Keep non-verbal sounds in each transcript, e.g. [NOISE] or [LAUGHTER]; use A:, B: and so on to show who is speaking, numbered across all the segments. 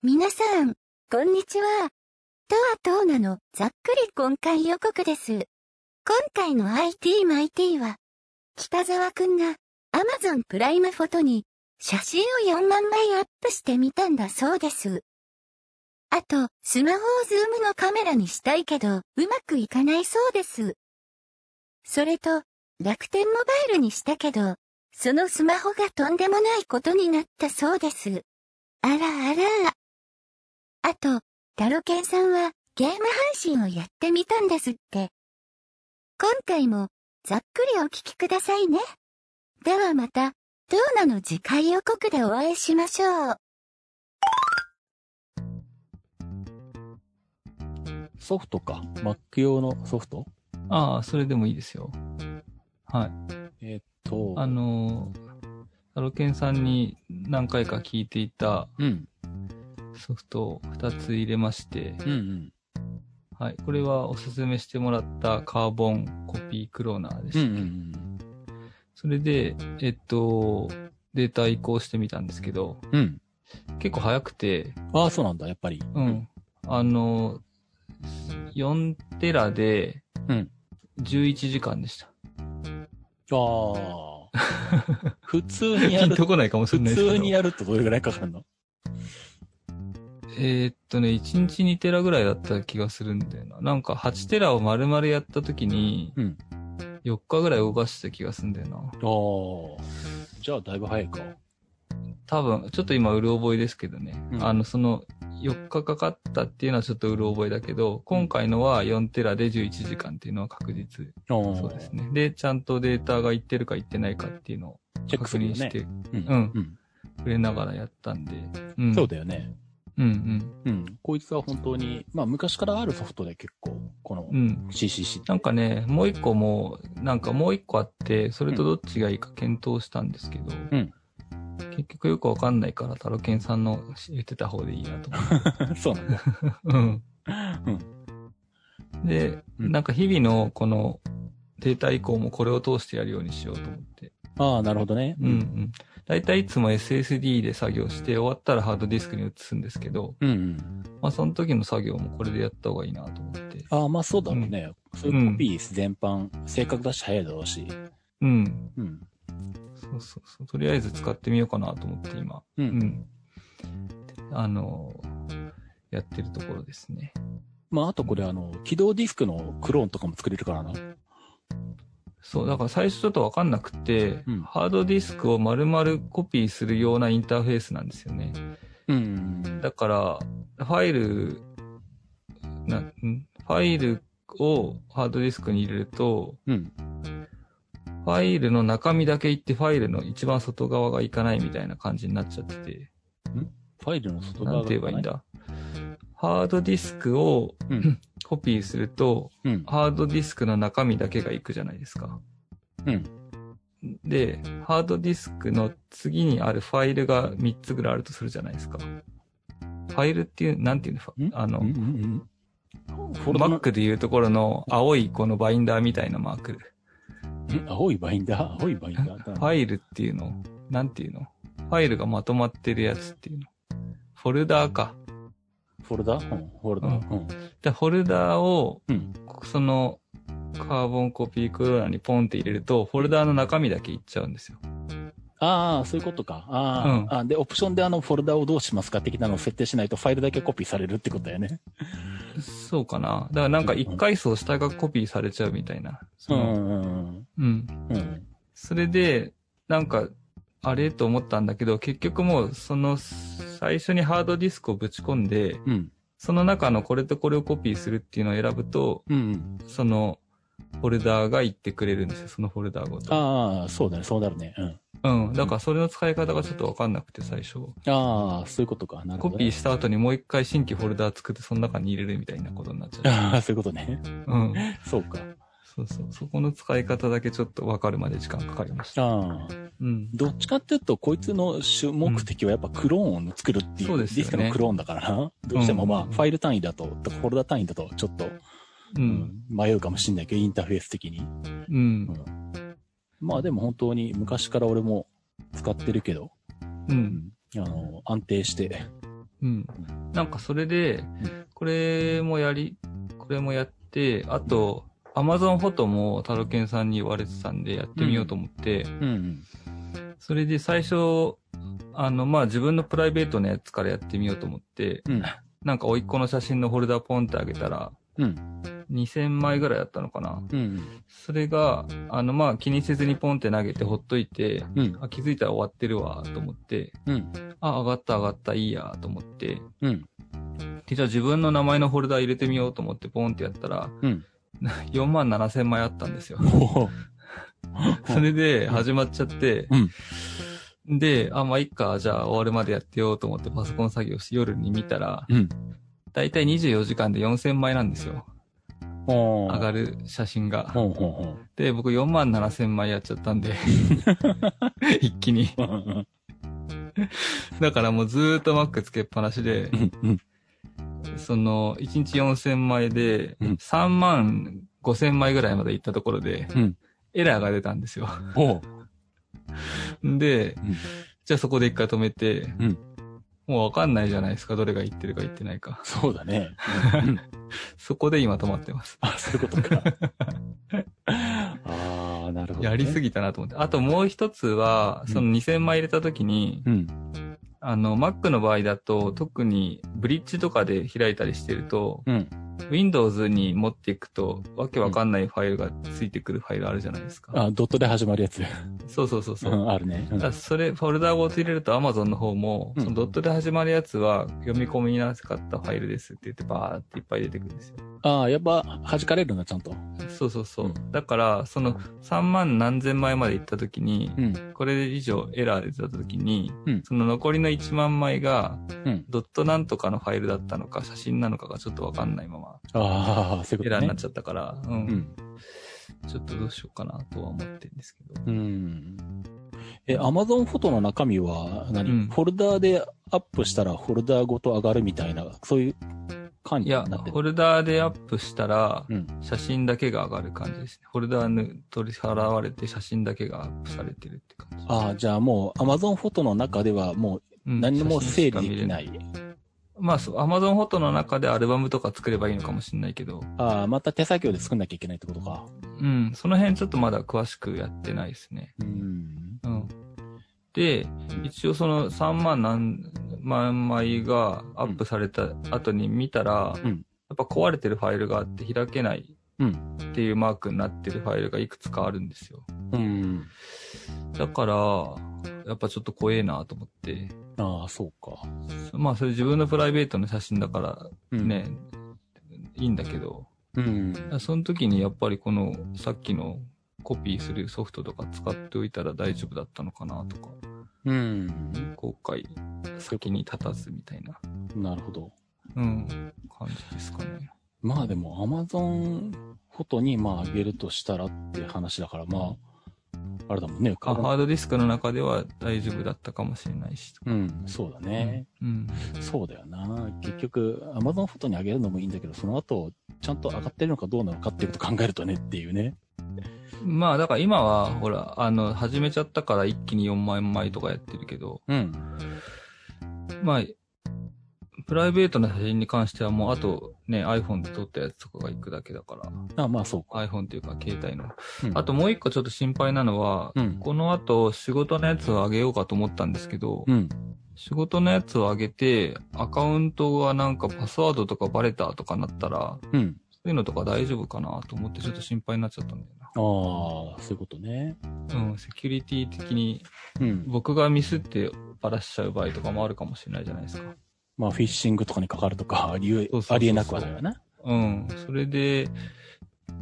A: 皆さん、こんにちは。とはとうなの、ざっくり今回予告です。今回の IT マイティは、北沢くんが Amazon プライムフォトに写真を4万枚アップしてみたんだそうです。あと、スマホをズームのカメラにしたいけど、うまくいかないそうです。それと、楽天モバイルにしたけど、そのスマホがとんでもないことになったそうです。あらあら。あと、タロケンさんはゲーム配信をやってみたんですって。今回もざっくりお聞きくださいね。ではまた、ドーナの次回予告でお会いしましょう。
B: ソフトか。Mac 用のソフト
C: ああ、それでもいいですよ。はい。
B: えーっと、
C: あのー、タロケンさんに何回か聞いていた
B: うん、
C: ソフトを2つ入れまして、
B: うん、うん。
C: はい。これはおすすめしてもらったカーボンコピークローナーで
B: う
C: し
B: ん、う
C: た。
B: ん
C: それで、えっと、データ移行してみたんですけど、
B: うん。うん。
C: 結構早くて、
B: ああ、そうなんだ、やっぱり。
C: うん。あの、4テラで
B: うん、
C: 11時間でした。
B: ああ。 [LAUGHS] 普通にや
C: ピン
B: る
C: とこないかもしれ
B: 普
C: ないですけど。
B: 通にやるとどれぐらいかかるの
C: えーっとね、1日2テラぐらいだった気がするんだよな。なんか8テラを丸々やった時に
B: うん、
C: 4日ぐらい動かした気がするんだよな。
B: ああ。じゃあ、だいぶ早いか。
C: 多分、ちょっと今うる覚えですけどね。
B: うん
C: あの、その4日かかったっていうのはちょっとうる覚えだけど、今回のは4テラで11時間っていうのは確実。
B: そ
C: そうです。ね。で、ちゃんとデータがいってるかいってないかっていうのを
B: チェック
C: 確
B: するよね
C: 認し。て
B: うん
C: うん
B: うん。
C: くれながらやったんで。うん。
B: そうだよね。
C: うん
B: うん。こいつは本当に、まあ、昔からあるソフトで結構、この
C: うん。うん。
B: CCC。
C: なんかね、もう一個も、なんかもう一個あって、それとどっちがいいか検討したんですけど、
B: うん
C: 結局よくわかんないから、タロケンさんの言ってた方でいいなと思っ
B: [LAUGHS]
C: て。
B: そうなんだ。
C: うん
B: うん
C: で、
B: うん
C: なんか日々のこのデータ移行もこれを通してやるようにしようと思って。
B: ああ、なるほどね。
C: うんう。ん。だいたいいつも SSD で作業して、終わったらハードディスクに移すんですけど、
B: うんうん。
C: まあその時の作業もこれでやった方がいいなと思って。
B: ああ、まあそうだろうね。そういうコピー全般、正確だし早いだろうし。
C: うん。
B: うん。
C: そうそうそう。とりあえず使ってみようかなと思って今。
B: う
C: う。ん。あの、やってるところですね。
B: まあ、あとこれ、あの、起動ディスクのクローンとかも作れるからな。
C: そう、だから最初ちょっとわかんなくて、
B: うん
C: ハードディスクを丸々コピーするようなインターフェースなんですよね。
B: うん。
C: だから、ファイル、な、んファイルをハードディスクに入れると、
B: うん。
C: ファイルの中身だけ行ってファイルの一番外側が行かないみたいな感じになっちゃってて、
B: ファイルの外
C: な
B: 側
C: んて言えばいいん。だ。ハードディスクを
B: うん。
C: コピーすると、
B: うん。
C: ハードディスクの中身だけが行くじゃないですか。
B: うん。
C: で、ハードディスクの次にあるファイルが3つぐらいあるとするじゃないですか。ファイルっていう、なんていうのファ
B: ん
C: あの
B: うん、うんうん。フォルダの
C: Mac でいうところの青いこのバインダーみたいなマーク。
B: ん青いバインダー青いバインダー
C: ファイルっていうのなんていうのファイルがまとまってるやつっていうの。フォルダーか。
B: フォルダうん。フォルダうん。
C: で、フォルダーを、
B: うん。
C: その、カーボンコピークローラーにポンって入れると、フォルダーの中身だけいっちゃうんですよ。
B: ああ、そういうことか。ああ、あで、オプションであの、フォルダをどうしますか的なのを設定しないと、ファイルだけコピーされるってことだよね。
C: そうかな。だからなんか一階層下がコピーされちゃうみたいな。そ
B: うん
C: の。
B: うん
C: うん。
B: うん。うん。
C: それで、なんか、あれと思ったんだけど、結局もう、その、最初にハードディスクをぶち込んで、
B: うん。
C: その中のこれとこれをコピーするっていうのを選ぶと、
B: うん。
C: その、フォルダーが言ってくれるんですよ、そのフォルダーごと。
B: ああ、そうだね。そうなるね。うん。
C: うん。だから、それの使い方がちょっとわかんなくて、最初。
B: ああ、そういうことか。なるほ
C: コ
B: ど、
C: ピー
B: ね。
C: した後にもう一回新規フォルダー作って、その中に入れるみたいなことになっちゃ
B: ああ、そういうことね。
C: う。うん。
B: そうか。
C: そうそう。そこの使い方だけちょっとわかるまで時間かかりました。
B: ああ。
C: うん。
B: どっちかっていうと、こいつの主目的はやっぱクローンを作るっていう、
C: そう
B: デ
C: です
B: ィ
C: よね
B: スクのクローンだからな。どうしてもまあ、
C: うん
B: ファイル単位だと、とかフォルダ単位だと、ちょっと、
C: う。
B: うんん、迷うかもしんないけど、インターフェース的に。
C: うん。
B: まあでも本当に昔から俺も使ってるけど、
C: うん。
B: あの、安定して、
C: うん。なんかそれで、これもやり、これもやって、あと、Amazon フォトもタロケンさんに言われてたんでやってみようと思って、
B: うん。
C: それで最初、あの、まあ、自分のプライベートのやつからやってみようと思って、
B: うん。
C: なんか甥っ子の写真のフォルダポンってあげたら、
B: うん。
C: 2000枚ぐらいだったのかな。
B: うん。
C: それが、あの、まあ、気にせずにポンって投げてほっといて、
B: うん。
C: あ気づいたら終わってるわ、と思って、
B: うん。
C: あ、上がった上がった、いいや、と思って、
B: うん。
C: で、じゃあ自分の名前のフォルダ入れてみようと思ってポンってやったら、
B: うん。
C: 4万7千枚あったんですよ。
B: おお。
C: それで始まっちゃって、
B: うん。
C: で、あ、まあ、いっか、じゃあ終わるまでやってようと思ってパソコン作業して夜に見たら、
B: うん。
C: だいたい24時間で4千枚なんですよ。
B: おお。
C: 上が
B: る。
C: る写真が。
B: ほうほうほう。
C: で、僕4万7千枚やっちゃっ
B: [LAUGHS]
C: たんで、一気に。
B: うん
C: だからもうずーっと Mac つけっぱなしで
B: う、んうん
C: その、1日4000枚で、
B: うん
C: 3万5000枚ぐらいまで行ったところで、
B: うん
C: エラーが出たんですよ。
B: おう
C: で、
B: うん
C: じゃあそこで一回止めて、
B: うん
C: もうわかんないじゃないですか、どれが行ってるか行ってないか。
B: そうだ [LAUGHS] ね。
C: そこで今止まってます。
B: あ、そういうことか。ああ、なるほど、
C: やりす
B: ぎ。
C: ぎたなと思って。あともう一つは、
B: うん
C: その2000枚入れた時に、
B: うん。
C: あの、Mac の場合だと、特にブリッジとかで開いたりしてると、
B: うん。
C: Windows に持っていくと、わけわかんないファイルがついてくるファイルあるじゃないですか。
B: あ、ドットで始まるやつ。
C: そうそうそうそうう。
B: ん、あるね。うん
C: だからそれ、フォルダごと入れると Amazon の方も、
B: うん
C: そのドットで始まるやつは読み込みになかったファイルですって言ってバーっていっぱい出てくるんですよ。
B: ああ、やっぱ、弾かれるな、ちゃんと。
C: そうそうそう。
B: うん
C: だから、その3万何千枚まで行った時に、
B: うん。
C: これ以上エラーで出た時に、
B: うん
C: その残りの1万枚が
B: うん。
C: ドットなんとかのファイルだったのか写真なのかがちょっとわかんないまま
B: ああ、そういう
C: エ
B: こ
C: ラ
B: と
C: ーにな
B: ね
C: っ。ちゃったから、うん
B: うん。
C: ちょっとどうしようかなとは思ってるんですけど。
B: うん。え、Amazon フォトの中身は何、
C: うん
B: フォルダーでアップしたらフォルダーごと上がるみたいな、そういう管
C: い
B: 理
C: や、
B: に
C: フ
B: なって
C: ォ
B: る。
C: ルダーでアップしたら、
B: うん。
C: 写真だけが上がる感じですね。フォルダーに取り払われて写真だけがアップされてるって感じ。
B: ああ、じゃあもう Amazon フォトの中ではもう
C: うん
B: 何も整理でき
C: 写真しか見れ。
B: ないい。
C: まあそう、Amazon フォトの中でアルバムとか作ればいいのかもしれないけど、
B: ああ、また手作業で作んなきゃいけないってことか。
C: うん、その辺ちょっとまだ詳しくやってないですね。
B: うん。
C: うん。で、一応その3万何万枚がアップされた後に見たら、
B: うん
C: やっぱ壊れてるファイルがあって開けない
B: うん。
C: っていうマークになってるファイルがいくつかあるんですよ。
B: うん。
C: だから、やっぱちょっと怖えなと思って。
B: ああ、そうか。
C: まあそれ自分のプライベートの写真だか
B: う
C: ら
B: ん。。
C: ね、いいんだけど、
B: うん。
C: その時にやっぱりこのさっきのコピーするソフトとか使っておいたら大丈夫だったのかなとか、
B: うん。
C: 後悔先に立たずみたいな、
B: なるほど。
C: うん、感じですかね。
B: まあでも Amazon フォトにまあ上げるとしたらっていう話だから、まあ、あれだもんね。
C: あハードディスクの中では大丈夫だったかもしれないしとか。
B: うん、そうだね。
C: うん。
B: そうだよな。結局、Amazon フォトに上げるのもいいんだけど、その後、ちゃんと上がってるのかどうなのかっていうことを考えるとねっていうね。
C: まあだから今は、ほら、あの、始めちゃったから一気に4万枚とかやってるけど、
B: うん。
C: まあ、プライベートな写真に関してはもうあとね、iPhone で撮ったやつとかが行くだけだから、
B: あまあそうか。
C: iPhone というか携帯の。
B: うん
C: あと、もう一個ちょっと心配なのは、
B: うん。
C: この後仕事のやつを上げようかと思ったんですけど、
B: うん。
C: 仕事のやつを上げて、アカウントがなんかパスワードとかバレたとかなったら、
B: うん。
C: そういうのとか大丈夫かなと思ってちょっと心配になっちゃったんだよ
B: ああ、そういうことね。
C: な。うん、セキュリティ的に
B: うん。
C: 僕がミスってバラしちゃう場合とかもあるかもしれないじゃないですか。
B: まあ、フィッシングとかにかかるとか、ありえ
C: そうそうそうそう
B: ありえなくはないわな。
C: うん、それで、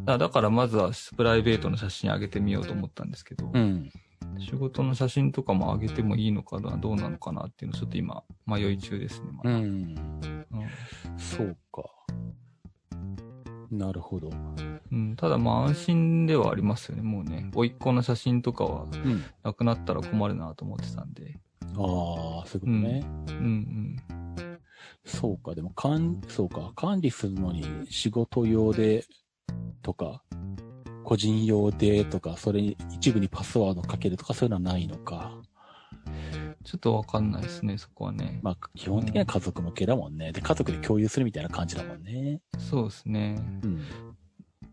C: あだからまずはプライベートの写真上げてみようと思ったんですけど、
B: うん。
C: 仕事の写真とかも上げてもいいのかな、どうなのかなっていうのちょっと今迷い中ですね。ま
B: う
C: だ
B: ん。
C: うん
B: そうか。なるほど。
C: うん、ただまあ安心ではありますよね、もうね。甥っ子の写真とかは
B: うん。
C: なくなったら困るなと思ってたんで。
B: ああ、そういうことね。
C: うん
B: そうか、でも管、そうか、管理するのに仕事用でとか、個人用でとか、それに一部にパスワードかけるとか、そういうのはないのか。
C: うん。ちょっとわかんないですね、そこはね。
B: まあ、基本的には家族向けだもんね。で、家族で共有するみたいな感じだもんね。
C: そうですね。
B: うん。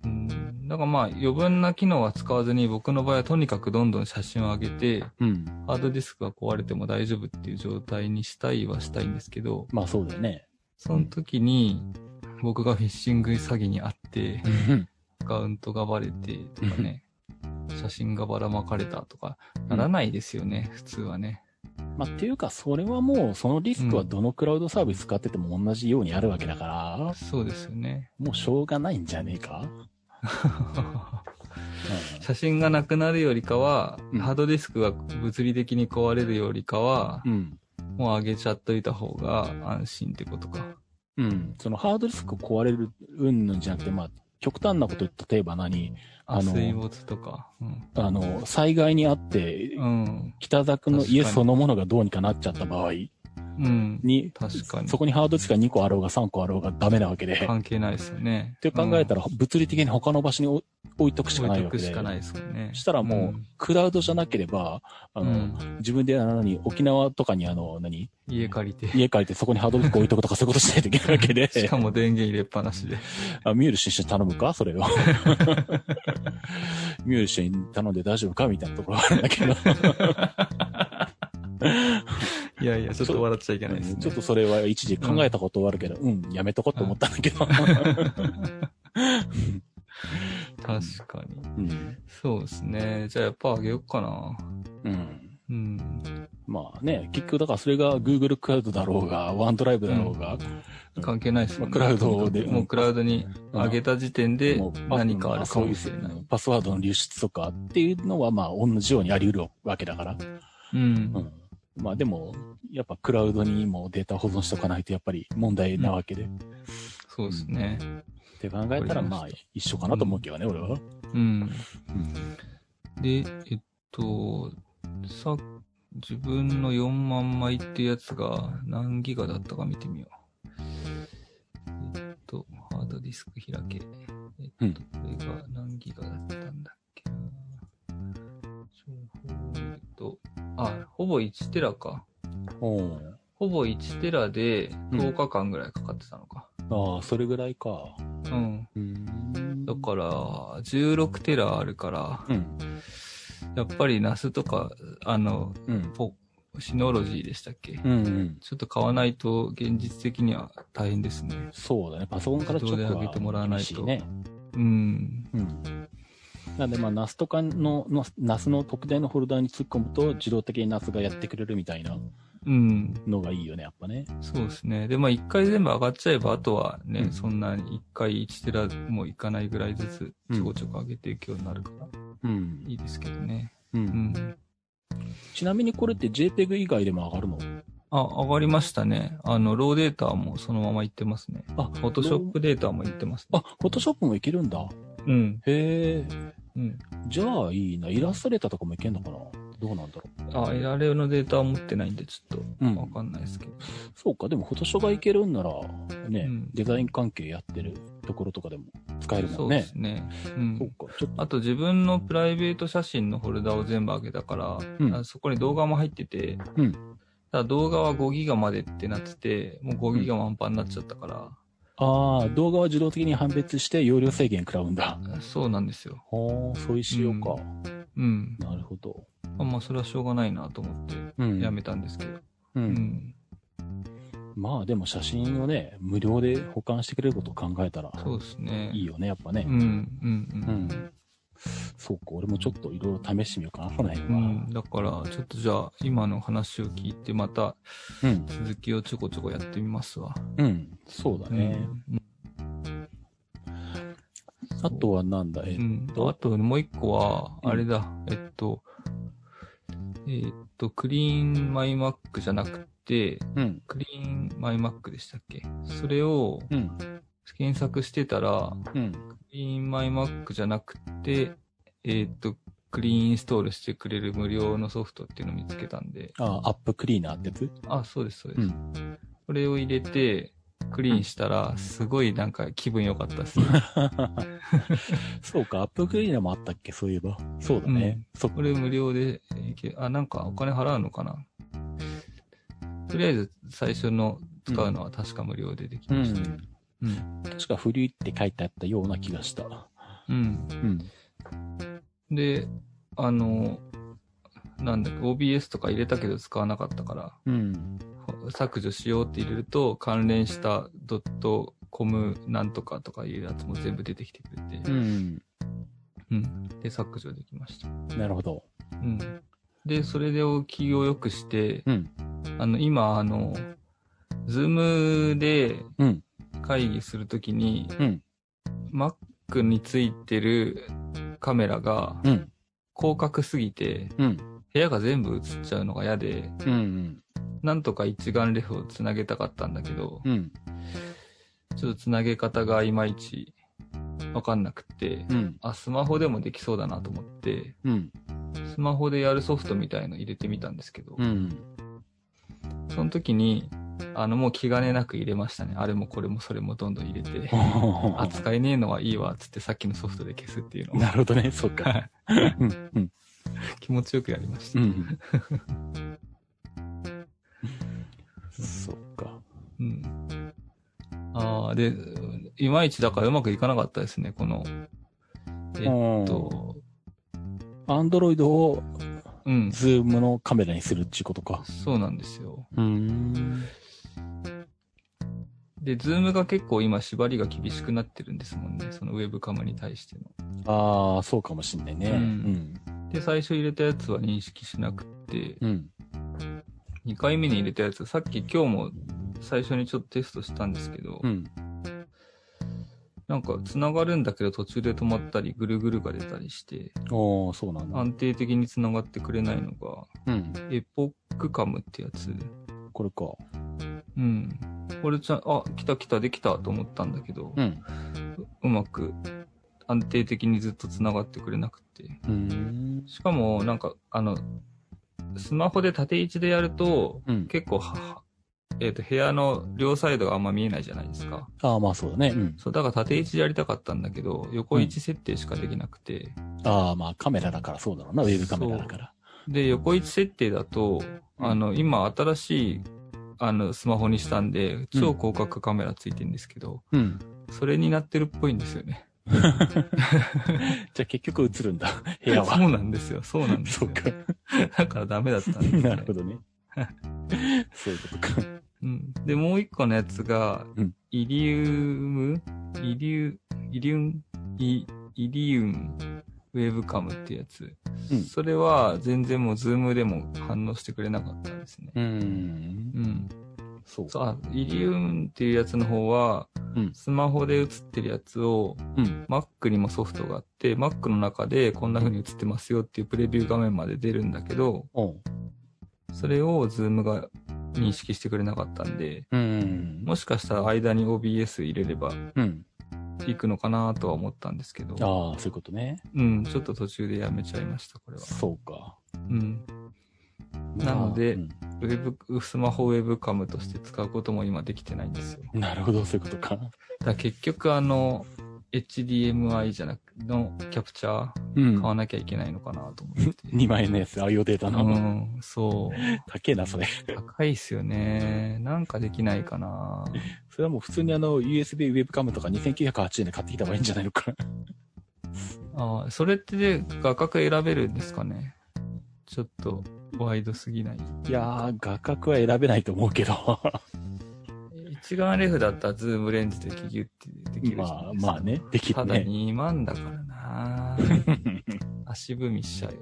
C: うん。だからまあ、余分な機能は使わずに、僕の場合はとにかくどんどん写真を上げて、
B: うん。
C: ハードディスクが壊れても大丈夫っていう状態にしたいはしたいんですけど、
B: まあ、そうだよね。
C: その時に、僕がフィッシング詐欺にあって、アカウントがバレてとかね、写真がばらまかれたとか、ならないですよね、普通はね。
B: まあ、っていうか、それはもう、そのリスクはどのクラウドサービス使ってても同じようにあるわけだから、
C: そうです
B: [LAUGHS]
C: よね。
B: もうしょうがないんじゃねえか、
C: 写真がなくなるよりかは、
B: うん
C: ハードディスクが物理的に壊れるよりかは
B: う、ん、
C: もう上げちゃっといた方が安心ってことか。
B: うん。うん。そのハードディスク壊れる、うんぬんじゃなくて、まあ、極端なこと、例えば何
C: あ、
B: あの
C: 水没とか。うん。
B: あの、災害にあって、
C: うん。
B: 北田君の家
C: 確かに
B: そのものがどうにかなっちゃった場合
C: うん。
B: に、
C: 確かに
B: そ。こにハードディスクが2個あろうが3個あろうがダメなわけで、っ
C: 関係ないですよね。
B: て考えた
C: ら、
B: ら物理的に他の場所に置置いとくしか
C: 置
B: ないい
C: と
B: わけ
C: くし
B: で
C: か。ないですよね。
B: したらもう、
C: ん
B: クラウドじゃなければ、あの、
C: うん
B: 自分で、あの、何、沖縄とかにあの、何、
C: 家借りて。
B: 家借りてそこにハードディスク置いとくとかそういうことしないといけないわけで、
C: しかも電源入れっぱなしで。
B: あミュール氏に頼むか
C: [LAUGHS]
B: それを。ミュール氏に頼んで大丈夫かみたいなところがあるんだけど、
C: いやいや、ちょっと笑っちゃいけないですね。
B: ちょっとそれは一時考えたことはあるけど、うん、やめとこうと思ったんだけど。
C: 確かに。
B: うん。
C: そうですね。じゃあやっぱ上げよっかな。
B: うん
C: うん。
B: まあね、結局だからそれが Google クラウドだろうが、OneDrive だろうが、
C: 関係ないですもんね。
B: まあクラウドで
C: もうクラウドに上げた時点で
B: もうパ
C: 何かあるかもしれ
B: まあ
C: な
B: そういう
C: い。
B: パスワードの流出とかっていうのはまあ同じようにあり得るわけだから。
C: う。
B: うんん。まあでも、やっぱクラウドにもデータ保存しておかないとやっぱり問題なわけで。
C: そうですね。
B: って考えたらまあ一緒かなと思うけどね、俺は。
C: うん。
B: うん。
C: で、えっと、さ、自分の4万枚ってやつが何ギガだったか見てみよう。えっと、ハードディスク開け。えっと、
B: うん
C: これが何ギガだったんだっけな。情報、えっと、あ、ほぼ1テラか。
B: お
C: ほぼ1テラで
B: うん
C: 10日間ぐらいかかってたのか。
B: ーああ、それぐらいか。
C: うん。
B: うん
C: だから、16テラあるから、
B: うん。
C: やっぱりナスとか、あの、
B: うん。
C: ポシノロジーでしたっけ、
B: うん、うん。
C: ちょっと買わないと現実的には大変ですね。
B: そうだね。パソコンから直
C: 自動で上げてもらわないと
B: 厳しね。
C: うん。
B: うん。なんで、まあ、ナスとかの、のナスの特定のフォルダに突っ込むと、自動的にナスがやってくれるみたいな
C: うん。
B: のがいいよね、やっぱね。
C: そうですね。で、まあ一回全部上がっちゃえば、あとはね、
B: うん
C: そんなに一回1テラもいかないぐらいずつ、
B: うん
C: ちょこちょこ上げていくようになるから、
B: うん
C: いいですけどね。
B: う。
C: うんん。
B: ちなみにこれって JPEG 以外でも上がるの
C: あ、上がりましたね。あの、ローデータもそのままいってますね。
B: あ、
C: フォトショップデータもいってますね。
B: あ、フォトショップもいけるんだ。
C: うん。
B: へえ。
C: うん。
B: じゃあいいな。イラストレーターとかもいけるのかなどうなんだろ
C: あ、あれのデータは持ってないんで、ちょっ
B: う。う
C: とわ
B: ん。
C: かんないですけど。
B: そうか、でもフォトショーがいけるんなら、ね、
C: うん
B: デザイン関係やってるところとかでも使えるも
C: そうんで
B: ね
C: す。ね。う。
B: そうんか、ちょっと。
C: あと自分のプライベート写真のフォルダを全部上げたから、
B: うん
C: あそこに動画も入ってて、
B: うん
C: ただ動画は5ギガまでってなってて、もう5ギガ満帆になっちゃったから、
B: ああ、動画は自動的に判別して容量制限食らうんだ。
C: そうなんですよ。
B: ほう、そういう仕様か。
C: うん。
B: なるほど。
C: あまあそれはしょうがないなと思って
B: うん
C: やめたんですけど。
B: う。
C: うんん。
B: まあでも写真をね、無料で保管してくれることを考えたら、
C: そうですね。
B: いいよね、やっぱね。
C: うん、うん、
B: う
C: うん。
B: ん。そうか、俺もちょっといろいろ試してみようかな、この辺
C: う
B: は。
C: ん、だから、ちょっとじゃあ、今の話を聞いて、また
B: うん。
C: 続きをちょこちょこやってみますわ。
B: うん。そうだね。あとはなんだ、え
C: うん、うん
B: と
C: あともう一個は、
B: うん
C: あれだ、えっと、えっと、クリーンマイマックじゃなくて、
B: うん。
C: クリーンマイマックでしたっけそれを
B: うん。
C: 検索してたら、
B: うん。
C: クリーンマイマックじゃなくて、えっと、クリーンインストールしてくれる無料のソフトっていうのを見つけたんで、
B: ああ、アップクリーナーってやつ [LAUGHS]
C: あ、そうです、そうです。
B: う
C: これを入れて、クリーンしたら、すごいなんか気分良かったですね。
B: そうか、アップクリーナーもあったっけ、そういえば。そうだね。そっか
C: これ無料でいけ、あ、なんかお金払うのかなとりあえず最初の使うのは確か無料でできました。うん。
B: 確かフリーって書いてあったような気がした。
C: うん。
B: うん。
C: で、あの、なんだっけ、OBS とか入れたけど使わなかったから、
B: うん。
C: 削除しようって入れると、関連した .com なんとかとかいうやつも全部出てきてくれて、
B: ん。
C: うん。で、削除できました。
B: なるほど。
C: うん。で、それでを気を良くして、
B: うん
C: あの、今、あの、ズームで
B: うん
C: 会議するときに、
B: うん。
C: Mac についてるカメラが
B: うん。
C: 広角すぎて、
B: うん。
C: 部屋が全部映っちゃうのが嫌で、
B: うん。
C: なんとか一眼レフをつなげたかったんだけど、
B: うん。
C: ちょっとつなげ方がいまいちわかんなくって、
B: うん。
C: あ、スマホでもできそうだなと思って、
B: うん。
C: スマホでやるソフトみたいの入れてみたんですけど、 [LAUGHS]
B: うん。
C: その時に、あの、もう気兼ねなく入れましたね。あれもこれもそれもどんどん入れて、あ、使えねえのはいいわ、つってさっきのソフトで消すっていうのを
B: なるほどね、そう
C: は
B: か。
C: い
B: うん。うん。
C: 気持ちよくやりました。 [LAUGHS]
B: うん。そうか。
C: うん。ああ、で、いまいちだからうまくいかなかったですね、この、えっ
B: えっと、
C: と、
B: アンドロイドを
C: うん、
B: ズームのカメラにするっていうことか。
C: そうなんですよ。
B: うん。
C: で、ズームが結構今縛りが厳しくなってるんですもんね、そのウェブカムに対しての。
B: ああ、そうかもしんないね。
C: うんで、最初入れたやつは認識しなくって、
B: うん。うん。
C: 2回目に入れたやつ、さっき今日も最初にちょっとテストしたんですけど、
B: うん。
C: なんか繋がるんだけど途中で止まったり、ぐるぐるが出たりして、
B: おー、そうなんだ。
C: 安定的に繋がってくれないのが、
B: うん。
C: エポックカムってやつ。
B: これか。
C: うん。これちゃん、あ、来た来たできたと思ったんだけど、
B: うん。
C: うまく安定的にずっと繋がってくれなくて。
B: うん。
C: しかも、なんか、あの、スマホで縦位置でやると、
B: うん。
C: 結構は、はえっ、と、部屋の両サイドがあんま見えないじゃないですか。
B: ああ、まあそうだね。うん。
C: そう、だから縦位置でやりたかったんだけど、横位置設定しかできなくて、
B: ああ、まあカメラだからそうだろうな。ウェブカメラだから。
C: で、横位置設定だと、
B: うん
C: あの、今新しい、あの、スマホにしたんで、超広角カメラついてるんですけど、
B: うん。
C: それになってるっぽいんですよね。
B: じゃあ結局映るんだ。部屋は。
C: [LAUGHS] そうなんですよ。そうなんで
B: [LAUGHS]
C: す
B: そ
C: よ
B: う。 [LAUGHS] か。
C: だからダメだったんです、ね。
B: [LAUGHS] なるほどね。そういうことか。
C: うん。で、もう一個のやつが、
B: うん
C: イリウムイリュイリュンイ、イリウムウェブカムってやつ。
B: うん
C: それは全然もうズームでも反応してくれなかったんですね。
B: うん。
C: うん。
B: そう
C: そう、あ、イリウムっていうやつの方は、
B: うん
C: スマホで映ってるやつを、
B: うん。
C: Mac にもソフトがあって、Mac の中でこんな風に映ってますよっていうプレビュー画面まで出るんだけど、
B: おう
C: それを Zoom が認識してくれなかったんで、
B: うん。
C: もしかしたら間に OBS 入れれば
B: うん。
C: いくのかなとは思ったんですけど、
B: ああ、そういうことね。
C: うん、ちょっと途中でやめちゃいました、これは。
B: そうか。
C: うん。なので
B: まあ
C: ウェブ、スマホウェブカムとして使うことも今できてないんですよ。
B: うんなるほど、そういうことか。
C: だから結局あの、HDMI じゃなく、のキャプチャー
B: うん
C: 買わなきゃいけないのかなと思
B: [LAUGHS]
C: って。
B: 2枚のやつ、IO データ
C: う
B: の。
C: ん、そう。
B: 高えな、それ。
C: 高いっすよね。なんかできないかな。
B: それはもう普通にあの、USB ウェブカムとか2980円で買ってきた方がいいんじゃないのか。
C: ああ、それってで画角選べるんですかね。ちょっとワイドすぎない。
B: いやー、画角は選べないと思うけ
C: [LAUGHS]
B: ど。
C: 一眼レフだったらズームレンズでギュギュってできるじゃ
B: まあ
C: ない、ですか
B: まあ。ね、でき
C: た
B: る
C: だ
B: ね。
C: 2万だから
B: [LAUGHS]
C: な。足踏みしちゃうよ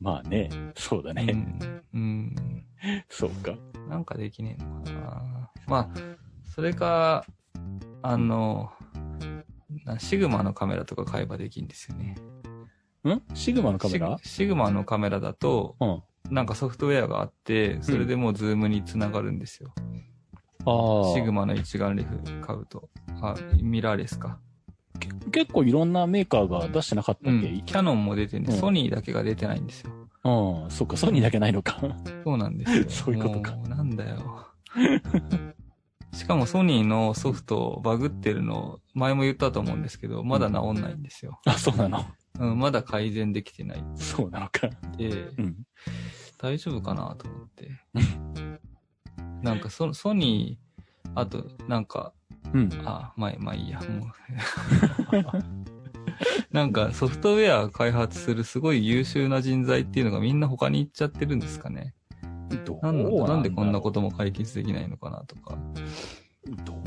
B: まあね、そうだ
C: な。
B: ね。
C: うん。
B: そうか。
C: うん。なんかできねえのかな。まあ、それか、あの、なシグマのカメラとか買えばできるんですよね。
B: んシグマのカメラ
C: シシグマのカメラだと、
B: うん。あ
C: なんかソフトウェアがあって、それでもうズームにつながるんですよ。
B: あ。
C: シグマの一眼レフ買うと。あ、ミラーレスか。
B: 結構いろんなメーカーが出してなかった
C: う
B: っけ、
C: ん。キャノンも出てるんで、
B: うん
C: ソニーだけが出てないんですよ。
B: うん、そっか、ソニーだけないのか。
C: そうなんですよ。
B: [LAUGHS] そういうことか
C: もうなんだよ。 [LAUGHS] しかもソニーのソフトバグってるの、前も言ったと思うんですけど、まだ治んないんですよ。
B: あ、そうなの。
C: うん、まだ改善できてない
B: そうなのか。
C: んで、
B: うん。
C: 大丈夫かなと思って。なんかソソニー、あと、なんか、
B: うん。
C: あ、まあ、まあいいや、もう。 [LAUGHS] なんかソフトウェア開発するすごい優秀な人材っていうのがみんな他に行っちゃってるんですかね。
B: どう
C: なん
B: だ
C: だ
B: ろう
C: なんでこんなことも解決できないのかなとか。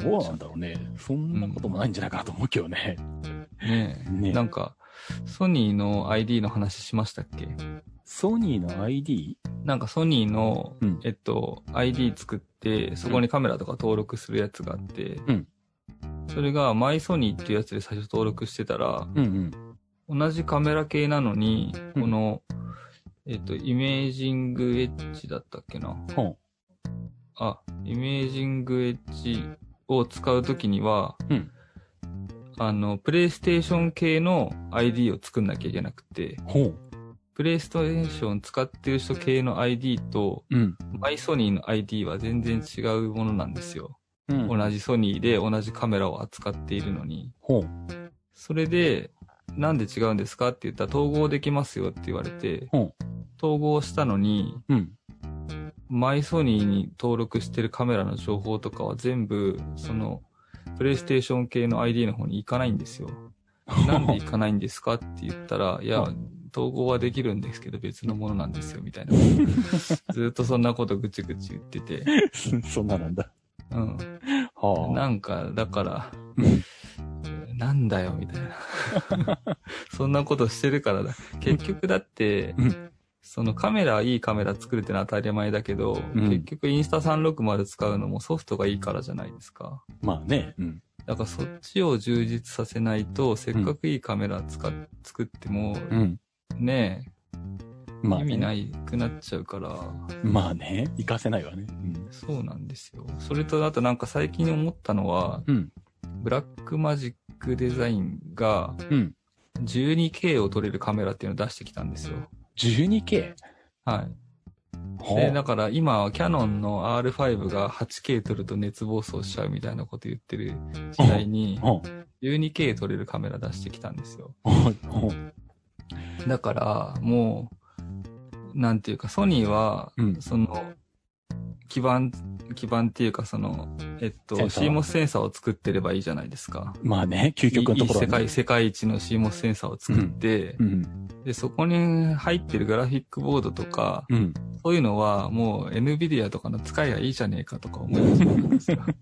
B: どうなんだろうね。そんなこともないんじゃないかなと思うけどね。
C: ねえ。
B: ね
C: なんか、ソニーの ID の話しましたっけ
B: ソニーの ID?
C: なんかソニーの、
B: うん
C: えっと、ID 作って、そこにカメラとか登録するやつがあって、
B: うん
C: それがマイソニーっていうやつで最初登録してたら、
B: うんうん。
C: 同じカメラ系なのに、
B: うん
C: この、えっと、イメージングエッジだったっけな。
B: ほう。
C: あ、イメージングエッジを使うときには、
B: うん
C: あの、プレイステーション系の ID を作んなきゃいけなくて、
B: ほう。
C: プレイステーション使ってる人系の ID と、
B: うん。
C: マイソニーの ID は全然違うものなんですよ。
B: うん。
C: 同じソニーで同じカメラを扱っているのに。
B: ほう。
C: それで、なんで違うんですかって言ったら統合できますよって言われて
B: うん、
C: 統合したのに、
B: うん。
C: マイソニーに登録してるカメラの情報とかは全部、その、プレイステーション系の ID の方に行かないんですよ。なんで行かないんですかって言ったら、いや、統合はできるんですけど別のものなんですよ、
B: [LAUGHS]
C: みたいな。ずっとそんなことぐちぐち言ってて。
B: [LAUGHS] そんななんだ。
C: うん。
B: はあ。
C: なんか、だから
B: うん、
C: なんだよ、みたいな。
B: [LAUGHS]
C: そんなことしてるからだ。結局だって
B: う、
C: そのカメラ、いいカメラ作るってのは当たり前だけど、
B: うん
C: 結局インスタ360使うのもソフトがいいからじゃないですか。
B: まあね。うん。
C: だからそっちを充実させないと、せっかくいいカメラ使っ作っても、
B: うん。
C: ね
B: まあ、
C: 意
B: ね、
C: 味ないくなっちゃうから、
B: まあね。活かせないわね。
C: そうなんですよ。それと、あとなんか最近思ったのは、
B: うん。
C: ブラックマジックデザインが、
B: うん。
C: 12K を撮れるカメラっていうのを出してきたんですよ。
B: 12K?
C: はい。
B: ほ
C: で、
B: う。
C: だから今はキャノンの R5 が 8K 撮ると熱暴走しちゃうみたいなこと言ってる時代に、
B: ほ
C: 12K 撮れるカメラ出してきたんですよ。
B: う。ほう。ほう。
C: だから、もう、なんていうか、ソニーは、
B: うん。
C: その、基盤、基盤っていうか、その、えっと、
B: センサー
C: CMOS センサーを作ってればいいじゃないですか。
B: まあね。究極のところ、
C: いい世界、。世界一の CMOS センサーを作って、
B: うん。
C: で、そこに入ってるグラフィックボードとか、
B: うん。 [LAUGHS]
C: そういうのはもう NVIDIA とかの使いがいいじゃねえかとか思い始めた
B: [LAUGHS]
C: んですよ。だか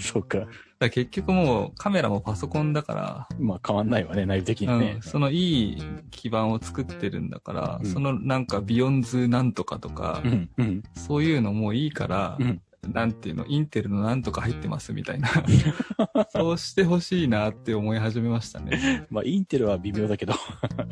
B: そうか。
C: ら結局もうカメラもパソコンだか
B: まあ変わんないわね。内部的に
C: ら、
B: ね。
C: うん、そのいい基盤を作ってるんだから、
B: うん
C: そのなんかビヨンズなんとかとか、
B: うん。うん。
C: そういうのもういいから、
B: うん
C: なんていうの、インテルのなんとか入ってますみたい
B: [LAUGHS]
C: な。そうしてほしいなって思い始めましたね。
B: まあインテルは微妙だけど。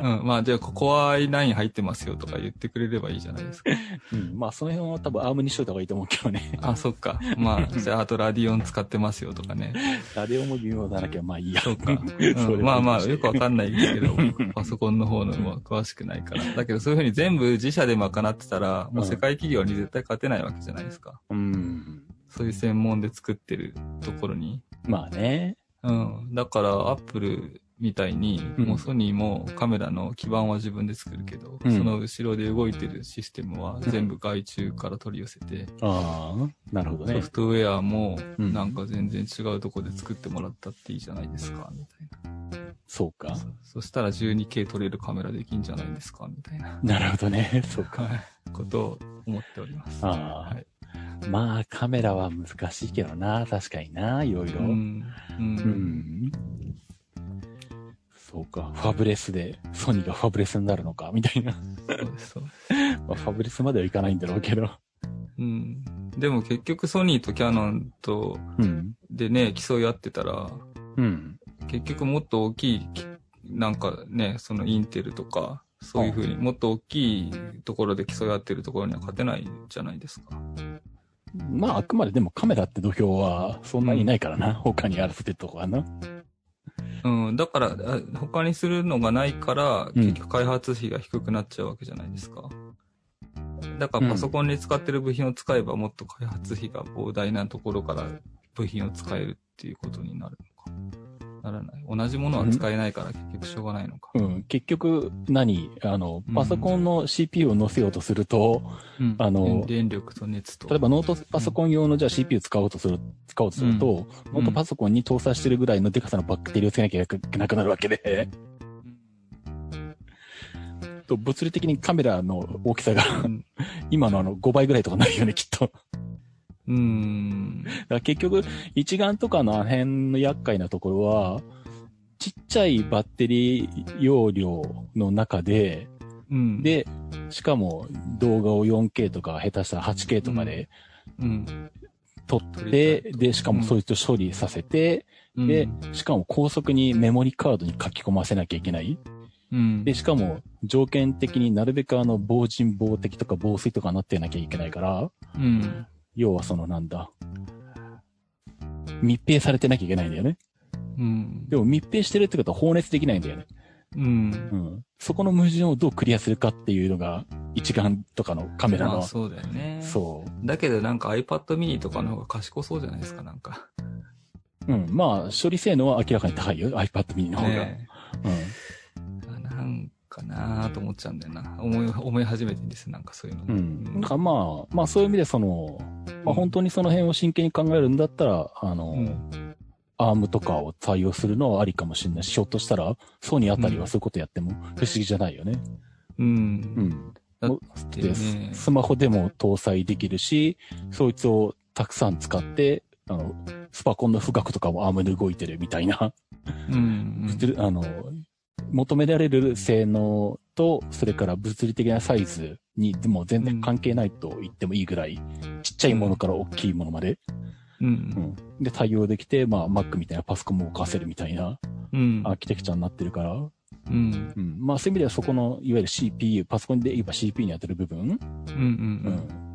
C: うん。まあじゃあ Core i9 入ってますよとか言ってくれればいいじゃな
B: [LAUGHS]
C: いですか。
B: うん。まあその辺は多分アームにしといた方がいいと思うけどね。
C: あ、そっか。まあ、じゃああとラディオン使ってますよとかね。
B: あれをも微妙だなきゃまあいいや。
C: そうか。
B: [LAUGHS] それ
C: うん
B: は
C: まあまあ、よくわかんない
B: [LAUGHS]
C: けど、パソコンの方のは詳しくないから。だけど、そういうふうに全部自社で賄ってたら、もう世界企業に絶対勝てないわけじゃないですか。
B: うん。
C: そういう専門で作ってるところに。
B: まあね。
C: うん。だから、アップルみたいに、
B: うん
C: もうソニーもカメラの基盤は自分で作るけど、
B: うん
C: その後ろで動いてるシステムは全部外注から取り寄せて、
B: ああ、なるほど
C: ソ
B: ね
C: フ。トウェアも
B: うん
C: なんか全然違うとこで作ってもらったっていいじゃないですか、みたいな。
B: そうか。
C: そそしたら 12K 撮れるカメラできんじゃないんですかみたいな、
B: なるほどね。 [LAUGHS] そうか。
C: はい、ことを思っております。
B: あー
C: はい、
B: まあカメラは難しいけどな。確かにな。いろいろ。
C: う
B: うん。
C: ん、うん、
B: そうか。ファブレスで、ソニーがファブレスになるのか、みたいな。 [LAUGHS]
C: そうです、そうです。
B: まあ、ファブレスまではいかないんだろうけど。
C: うん。でも結局ソニーとキャノンと
B: うん。
C: でね、競い合ってたら、
B: うん。
C: 結局もっと大きい、きなんかね、そのインテルとか、そういうふうにもっと大きいところで競い合ってるところには勝てないじゃないですか。
B: まあ、あくまででもカメラって土俵はそんなにないからな。他にあるってとこはな。
C: うん、だから、あ他にするのがないから、
B: うん
C: 結局開発費が低くなっちゃうわけじゃないですか。だからパソコンに使ってる部品を使えばもっと開発費が膨大なところから部品を使えるっていうことになるのか。ならない。同じものは使えないから結局しょうがないのか。
B: うん、結局何、あの
C: う、ん
B: パソコンの CPU を載せようとすると、
C: うん
B: あの
C: 電電力と熱と。
B: 例えばノートパソコン用のじゃあ CPU 使おうとする、使おうとすると、
C: ん
B: ノートパソコンに搭載してるぐらいのデカさのバッテリーをつけなきゃいけなくなるわけで、と物理的にカメラの大きさが [LAUGHS]
C: うん、
B: 今のあの5倍ぐらいとかなるよね、きっと。 [LAUGHS]
C: うん。
B: だから結局、一眼とかのあの辺の厄介なところは、ちっちゃいバッテリー容量の中で、
C: うん、
B: で、しかも動画を 4K とか下手したら 8K とかで
C: うん、
B: 撮って、
C: うん
B: で、しかもそいつを処理させて、
C: うん
B: で、しかも高速にメモリカードに書き込ませなきゃいけない。
C: うん、
B: で、しかも条件的になるべくあの、防塵防滴とか防水とかなってなきゃいけないから、
C: うん。
B: 要はそのなんだ。密閉されてなきゃいけないんだよね。
C: うん。
B: でも密閉してるってことは放熱できないんだよね。
C: うん
B: う。ん。そこの矛盾をどうクリアするかっていうのが、一眼とかのカメラ
C: ま
B: の。
C: あそうだよね。
B: そ
C: だけどなんか iPad mini とかの方が賢そうじゃないですか、なんか。
B: う。うん。まあ、処理性能は明らかに高いよ。iPad mini の方が。
C: ねえなんかなぁと思っちゃうんだよな。思い、思い始めてんですよなんかそういうの。
B: うん。うん。だからまあ、まあそういう意味でその、まあ本当にその辺を真剣に考えるんだったら、あの、
C: うん
B: アームとかを採用するのはありかもしれないし、ひょっとしたら、ソニーあたりはそういうことやっても不思議じゃないよね。
C: う。
B: うんん。
C: だって
B: で
C: ね。
B: スマホでも搭載できるし、そいつをたくさん使って、あの、スパコンの富岳とかもアームで動いてるみたいな、
C: うんうん
B: 物理あの、求められる性能と、それから物理的なサイズに、でも全然関係ないと言ってもいいぐらい、ちっちゃいものから大きいものまで、
C: うん。
B: うんで、対応できて、まあ、Mac みたいなパソコンも動かせるみたいな
C: うん。
B: アーキテクチャになってるから、
C: うん。
B: うん、まあ、そういう意味ではそこの、いわゆる CPU、パソコンで言えば CPU に当たる部分、
C: うん。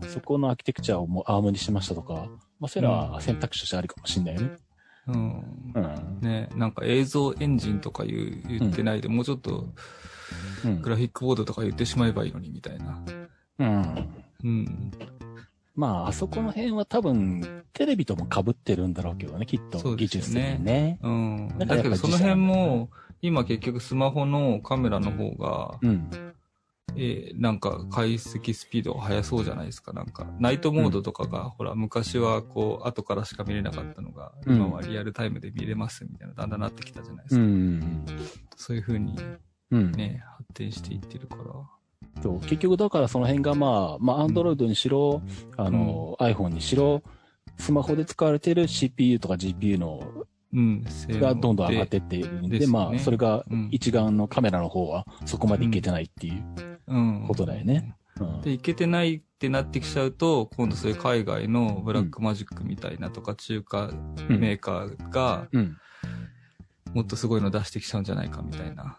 C: うん。
B: そこのアーキテクチャをもうアームにしましたとか、まあそういうのは選択肢としてあるかもしれないよね。
C: うん。
B: うん。
C: ねなんか映像エンジンとか言う言ってないで、もうちょっと
B: うん
C: グ。ラフィックボードとか言ってしまえばいいのにみたいな。
B: うん
C: うん。
B: まあ、あそこの辺は多分、テレビとも被ってるんだろうけどね、きっと。
C: そう
B: 技
C: です
B: 術
C: よ
B: 的
C: ね
B: にね。
C: うん。
B: なんかや
C: だ
B: っぱ
C: けどその
B: 自社
C: 辺
B: なんだね
C: も、今結局スマホのカメラの方が、
B: うん。
C: えーなんか解析スピードが速そうじゃないですか。なんか、ナイトモードとかが、ほら、昔はこう、後からしか見れなかったのが、
B: うん
C: 今はリアルタイムで見れますみたいな、だんだんなってきたじゃないです
B: う
C: か。
B: ん。
C: そういう風に
B: うん。
C: ね、発展していってるから。
B: そう結局だからその辺がまあ、まあ、アンドロイドにしろ、あの、iPhone にしろ、スマホで使われてる CPU とか GPU の
C: うん、性能
B: がどんどん上がっていっているんで、
C: ですよ
B: ま
C: ね
B: あ、それが
C: うん
B: 一眼のカメラの方はそこまでいけてないっていう。
C: うん
B: ことだよね。うん
C: で、いけてないってなってきちゃうと、今度そういう海外のブラックマジックみたいなとか、中華
B: うん
C: メーカーが、
B: うん。
C: もっとすごいの出してきちゃうんじゃないかみたいな。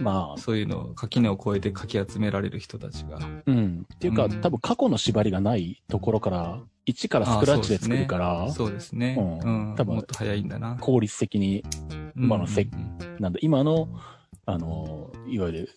B: まあ、
C: そういうのを垣根を越えてかき集められる人たちが。
B: うん。っていうか、
C: うん
B: 多分過去の縛りがないところから、一からスクラッチで作るから、
C: そうですね。
B: うん
C: うん。
B: 多分
C: もっと早いんだな。
B: 効率的に、今のせ
C: うん
B: なんだ、今の、あの、いわゆる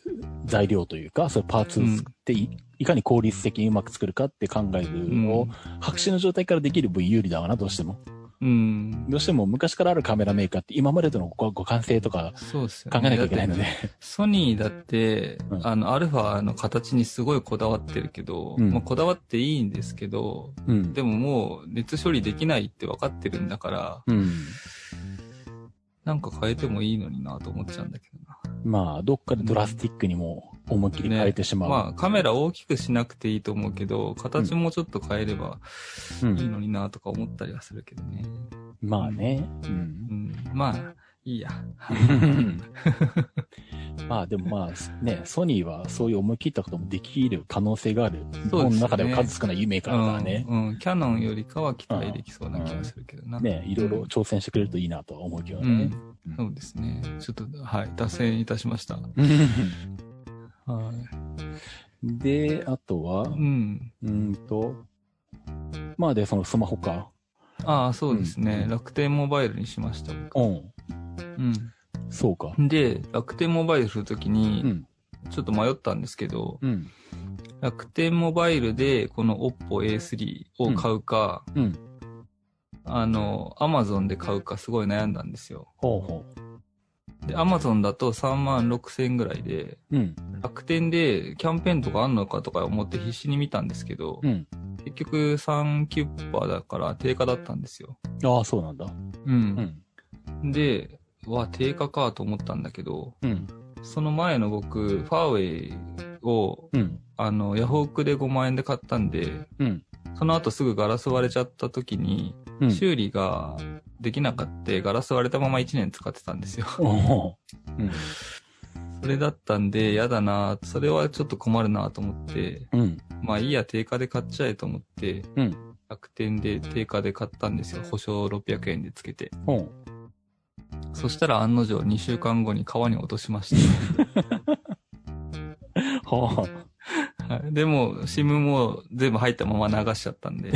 B: 材料というか、それパーツを作ってい、いかに効率的にうまく作るかって考えるのを、白紙の状態からできる分有利だわな、どうしても。
C: うん。
B: どうしても昔からあるカメラメーカーって今までとの互互換性とか
C: そうですよ
B: 考
C: ね。
B: えなきゃいけないので
C: だっ。てソニーだって、
B: うん
C: あの、アルファの形にすごいこだわってるけど、
B: うん
C: まあ、こだわっていいんですけど、
B: うん。
C: でももう熱処理できないって分かってるんだから、
B: うん。
C: なんか変えてもいいのになと思っちゃうんだけどな。
B: まあ、どっかでドラスティックにも思いっきり変えてしまう。
C: まあ、カメラ大きくしなくていいと思うけど、形もちょっと変えれば
B: うん
C: いいのになとか思ったりはするけどね。
B: まあね。うん
C: うん、まあ、いいや。
B: まあでもまあね、ソニーはそういう思い切ったこともできる可能性がある。日
C: そうですね
B: 本の中では数少ない夢からだからね。
C: うん、うんキャノンよりかは期待できそうな気がするけどな。
B: ね、いろいろ挑戦してくれるといいなとは思うけど
C: う
B: ね
C: ん。。そうですね。ちょっと、はい、脱線いたしました。は。
B: で、あとはい
C: う、ん。
B: うーんと、まあで、そのスマホか。
C: ああ、そうですね。
B: うん
C: 楽天モバイルにしました。
B: うん。
C: う
B: そうか。
C: ん。で、楽天モバイルするとき
B: う
C: に、
B: ん。
C: ちょっと迷ったんですけど、
B: うん。
C: 楽天モバイルでこの OPPO A3 を買うか、
B: うん
C: あの、アマゾンで買うかすごい悩んだんですよ。
B: ほうほ
C: で、アマゾンだと3万6千円ぐらいで、
B: う。うん。
C: 楽天でキャンペーンとかあんのかとか思って必死に見たんですけど
B: う、ん。
C: 結局3キュッパーだから低価だったんですよ。
B: ああ、そうなんだ。
C: う。
B: うんん。
C: で、うわ、低価かと思ったんだけど、
B: うん。
C: その前の僕、ファーウェイを、
B: うん。
C: あの、ヤフオクで5万円で買ったんで、
B: うん。
C: その後すぐガラス割れちゃった時に、
B: うん。
C: 修理ができなかって、ガラス割れたまま1年使ってたんですよ。 [LAUGHS]
B: おー
C: それだったんで、やだなそれはちょっと困るなと思って、
B: うん。うん。
C: まあいいや、定価で買っちゃえと思って、
B: うん
C: 楽天で定価で買ったんですよ。保証600円でつけて。
B: ほう。
C: そしたら案の定2週間後に川に落としまし
B: [LAUGHS] はあ。
C: た。はいでも、シムも全部入ったまま流しちゃったんで、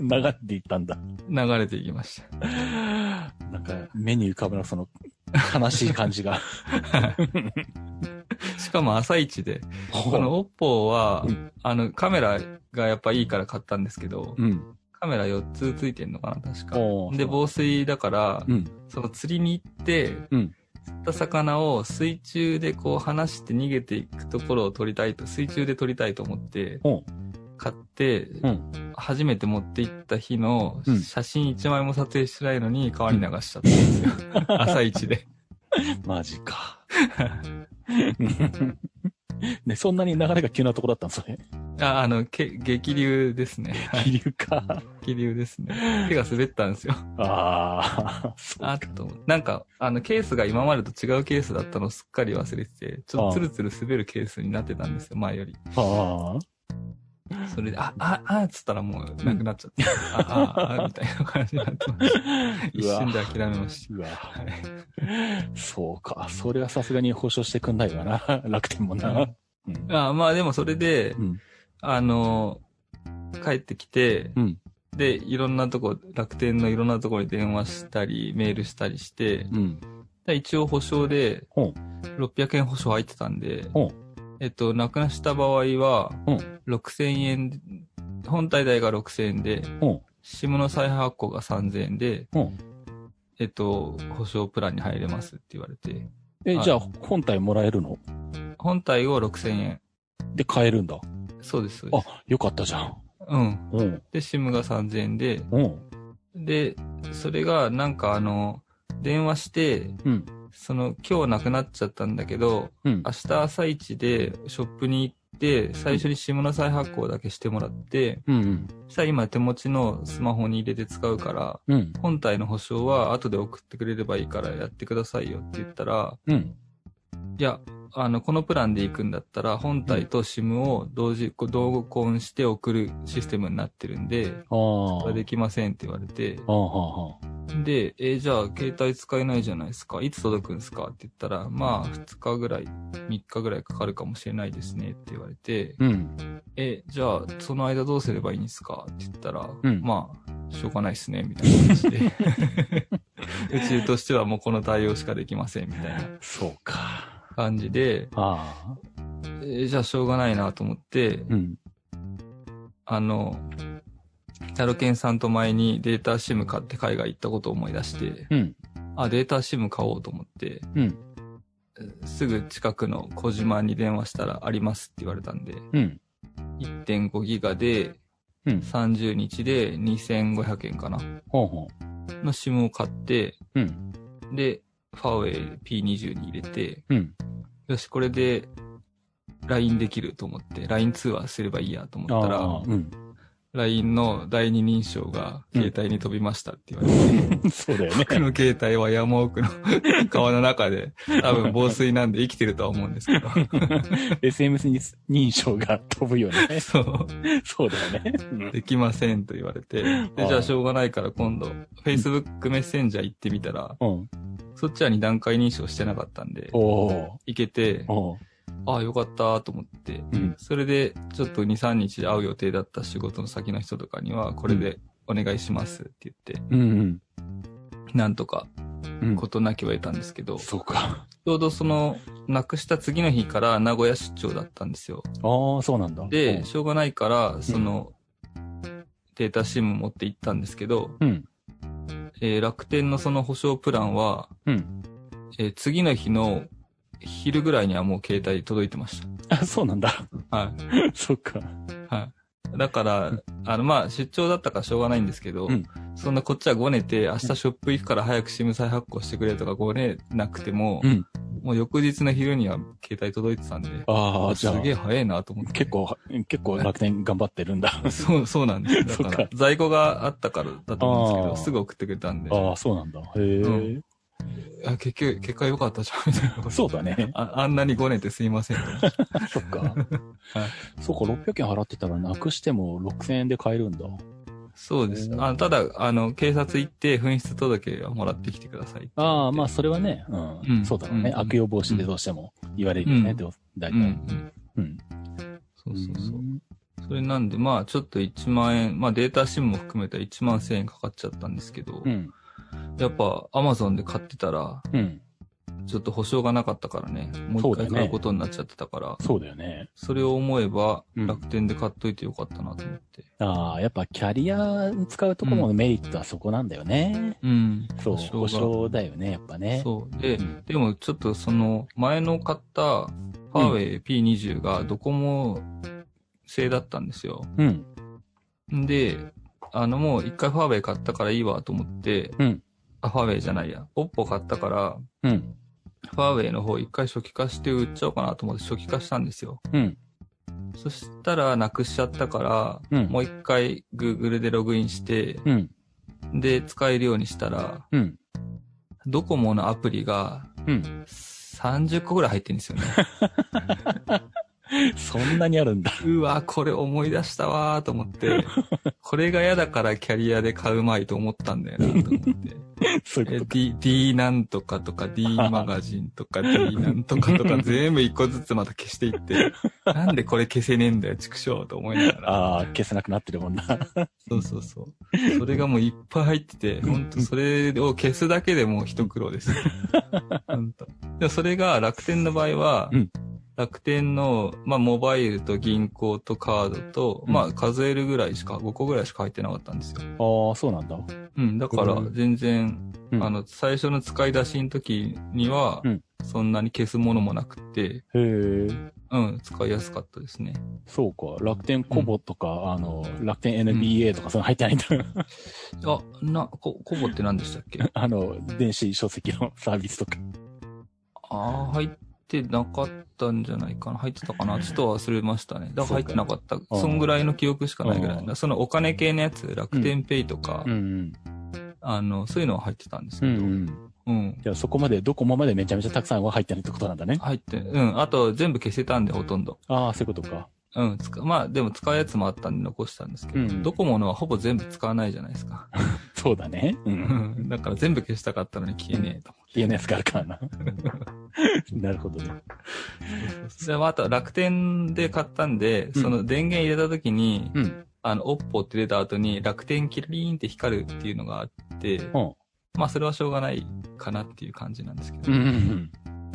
B: 流れていったんだ。
C: 流れていきまし
B: [LAUGHS] なんか、目に浮かぶな、その、悲しい感じ
C: [LAUGHS]
B: が。
C: た。しかも朝一で、
B: ほ
C: こ
B: う。
C: の OPPO は、
B: うん
C: あの、カメラがやっぱいいから買ったんですけど、
B: うん。
C: カメラ4つついてんのかな、確か。
B: おー
C: で、防水だから
B: う、ん。
C: その釣りに行って、
B: うん
C: 釣った魚を水中でこう離して逃げていくところを撮りたいと、水中で撮りたいと思って、
B: ほ
C: 買って、
B: ん
C: 初めて持って行った日の
B: うん
C: 写真1枚も撮影してないのに川に流しちゃったんですよ。
B: [LAUGHS]
C: 朝一で。
B: う。マジか。 [LAUGHS] ね、そんなに流れが急なとこだったんそれ。
C: あ、あの、け激流ですね。 [LAUGHS] はい
B: 気流か。
C: 激流ですね。手が滑ったんですよ。
B: ああ、そう
C: あっと思って、なんか、あの、ケースが今までと違うケースだったのをすっかり忘れてて、ちょっとツルツル滑るケースになってたんですよ、前より。
B: あ
C: それで、あ、あ、あ、っつったらもうなくなっちゃって、あ、あ、あ、みたいな感じになって
B: [LAUGHS]
C: ました。
B: あ。
C: 一瞬で諦めまし
B: うわ。
C: た。はい
B: そうか。それはさすがに保証してくんないわな。 [LAUGHS] 楽天もな。うん。
C: あまあでもそれで、
B: うん
C: あの、帰ってきて、
B: うん
C: で、いろんなとこ、楽天のいろんなところに電話したり、メールしたりして、
B: うん。
C: で一応保証で、
B: ほ
C: 600円保証入ってたんで
B: ほう、
C: えっと、なくなした場合は
B: う、
C: 6000円、本体代が6000円で、
B: ほ
C: SIM の再発行が3000円で
B: ほ、
C: えっと、保証プランに入れますって言われて、
B: え、
C: はい
B: じゃあ、本体もらえるの
C: 本体を6000円。
B: で、買えるんだ。
C: そうです、そうです。
B: あ、よかったじゃん。
C: うん。
B: うん。
C: で、SIM が3000円で、
B: うん。
C: で、それがなんかあの、電話して、
B: うん。
C: その、今日なくなっちゃったんだけど、
B: うん
C: 明。日朝一でショップに行って、最初に SIM の再発行だけしてもらって、
B: うん。
C: さあ今手持ちのスマホに入れて使うから、
B: うん。
C: 本体の保証は後で送ってくれればいいからやってくださいよって言ったら、
B: うん。
C: いや、あの、このプランで行くんだったら、本体と SIM を同時、こう同梱して送るシステムになってるんで、
B: ああ。
C: それはできませんって言われて、
B: ああ、はあ、
C: で、えーじゃあ携帯使えないじゃないですか。いつ届くんですかって言ったら、まあ、2日ぐらい、3日ぐらいかかるかもしれないですねって言われて、
B: うん。
C: え、じゃあ、その間どうすればいいんですかって言ったら、
B: うん
C: まあ、しょうがないですね、みたいな感じで。 [LAUGHS] うちとしてはもうこの対応しかできません、みたいな
B: そうか。
C: 感じで、
B: ああ。
C: えーじゃあしょうがないなと思って、
B: うん。
C: あの、タロケンさんと前にデータシム買って海外行ったことを思い出して、
B: うん。
C: あ、データシム買おうと思って、
B: うん。
C: すぐ近くの小島に電話したらありますって言われたんで、
B: うん。
C: 1.5ギガで
B: うん。
C: 30日で2500円かな
B: ほうほ
C: の SIM を買って、
B: う。うん。
C: で、ファーウェイ P20 に入れて、
B: うん。
C: よし、これで LINE できると思って、LINE 通話すればいいやと思った
B: あ
C: ら
B: あ、うん。 [LAUGHS]
C: LINE の第二人称が携帯に飛びましたって言われ
B: [LAUGHS]
C: て、
B: そうだよね。
C: 僕の携帯は山奥の川の中で、多分防水なんで生きてるとは思うんですけど。
B: SMS に認証が飛ぶよ [LAUGHS] ね。
C: そう。
B: そうだよね。うん
C: できませんと言われて、
B: あ
C: で
B: あ
C: じゃあしょうがないから今度、Facebook メッセンジャー行ってみたら、
B: うん。
C: そっちは2段階認証してなかったんで、
B: おー
C: 行けて、
B: おー
C: ああ、よかったと思って、
B: うん。
C: それでちょっと2、3日で会う予定だった仕事の先の人とかには、これでお願いしますって言っ
B: うん。
C: て、なんとか
B: うん。
C: 事なきを得たんですけど、ち
B: そうか。
C: ょうどその、なくした次の日から名古屋出張だったんですよ。
B: ああ、そうなんだ。
C: で、しょうがないから、その、データシム持って行ったんですけど、
B: うん。
C: えー楽天のその保証プランは、
B: うん。
C: えー次の日の昼ぐらいにはもう携帯届いてまし
B: あ、そうなんだ。 [LAUGHS]
C: た。はい。
B: そっか。
C: はい。だから、あの、まあ、出張だったからしょうがないんですけど、
B: うん
C: そんなこっちはごねて、明日ショップ行くから早くシム再発行してくれとかごねなくても、
B: うん
C: もう翌日の昼には携帯届いてたんで、
B: ああ、じゃ
C: す
B: あ
C: げえ、早いなと思って。 [LAUGHS]
B: 結構、結構楽天頑張ってるんだ。
C: そう、そうなんです。だか
B: [LAUGHS] そっ
C: ら、在庫があったからだと思うんです
B: あー
C: けど、すぐ送ってくれたんで、
B: ああ、そうなんだ。へえ、
C: うあ結局、結果良かったじゃん、みたいな。
B: そうだね。
C: [LAUGHS] ああんなにごねてすいませんと思って。
B: [LAUGHS] そっか。そうか、600円払ってたらなくしても6000円で買えるんだ。
C: そうです。あただ、あの、警察行って、紛失届をもらってきてください。
B: ああ、まあ、それはね、うん。
C: うん
B: そうだろうね、
C: うん
B: 悪用防止でどうしても言われるよね、
C: うん
B: どう大
C: うん、う
B: 体。
C: ん。
B: うん。
C: そうそうそう。
B: ん
C: それなんで、まあ、ちょっと1万円、まあ、データシムも含めた1万1000円かかっちゃったんですけど、
B: うん。
C: やっぱ、アマゾンで買ってたら、
B: うん。
C: ちょっと保証がなかったからね、も
B: そうう
C: 一
B: だよ
C: 回
B: ね
C: 買うことになっちゃってたから、そ,、
B: そうだよね。
C: れを思えば、
B: うん
C: 楽天で買っといてよかったなと思って。
B: ああ、やっぱキャリアに使うところのメリットはそこなんだよね。
C: うん。
B: そう、
C: 保
B: 保
C: 証
B: 証だよね、やっぱ
C: が。
B: ね。
C: そう。で、
B: うん
C: でもちょっとその、前の買った、ファーウェイ P20 がドコモ製だったんですよ。
B: うん。
C: んで、あの、もう一回ファーウェイ買ったからいいわと思って、
B: うん
C: あ、ファーウェイじゃないや。オッポ買ったから、
B: うん。
C: ファーウェイの方一回初期化して売っちゃおうかなと思って初期化したんですよ。
B: うん。
C: そしたらなくしちゃったから、
B: うん
C: もう一回 Google でログインして、
B: うん。
C: で、使えるようにしたら、 [LAUGHS]
B: うん。
C: ドコモのアプリが
B: うん。
C: 30個ぐらい入ってるん
B: [LAUGHS]
C: ですよね。
B: そんなにあるんだ。 [LAUGHS]
C: うわ、これ思い出したわーと思って、これが嫌だからキャリアで買うまいと思ったんだよなと
B: [LAUGHS]
C: 思って。
B: そうい
C: え
B: うことか。
C: D、D なんとかとか D マガジンとか D なんとかと
B: [LAUGHS]
C: か全部一個ずつまた消していって、なんでこれ消せねえんだよ、畜生と思いながら。
B: ああ、消せなくなってる
C: [LAUGHS]
B: もんな。
C: そうそうそう。それがもういっぱい入ってて、ほんとそれを消すだけでもう一苦労 [LAUGHS] です。ほんとでもそれが楽天の場合は、
B: うん
C: 楽天の、まあ、モバイルと銀行とカードと、
B: うん
C: まあ、数えるぐらいしか、5個ぐらいしか入ってなかったんですよ。
B: ああ、そうなんだ。
C: うん、だから全然、
B: うん
C: あの、最初の使い出しの時には
B: うん、
C: そんなに消すものもなくて、
B: へえ、
C: うん、使いやすかったですね。
B: そうか。楽天コボとか、あの、楽天 NBA とか、 [LAUGHS] その入ってないんだ。
C: あ、な、こ、コボって何でしたっけあ
B: あの、電子書籍のサービスとか。
C: あー、入ってなかったんじゃないかな。入ってたかな。ちょっと忘れましたね。だから入ってなかった。
B: うん
C: そんぐらいの記憶しかないぐらい。だ
B: うん
C: からそのお金系のやつ、楽天ペイとか、
B: ん
C: あの、そういうのは入ってたんです
B: うん。う
C: け
B: ん
C: ど、うん。
B: うん。じゃあそこまで、ドコモまでめちゃめちゃたくさんは入ってないってことなんだね。
C: 入って、うん。あと、全部消せたんで、ほとんど。
B: ああ、そういうことか。
C: うん、使まあ、でも使うやつもあったんで残したんですけど、
B: うん
C: ドコモのはほぼ全部使わないじゃないで
B: [LAUGHS]
C: すか。
B: そうだね。うん。
C: うんだから全部消したかったのに消えねえと思
B: 言えないやつがあるからな。 [LAUGHS] なるほどね。
C: って。で、また楽天で買ったんで、
B: うん
C: その電源入れた時に、
B: うん。
C: あの、OPPO って出た後に楽天キラリーンって光るっていうのがあって、
B: ん
C: まあそれはしょうがないかなっていう感じなんですけ
B: う
C: ど。
B: んうん。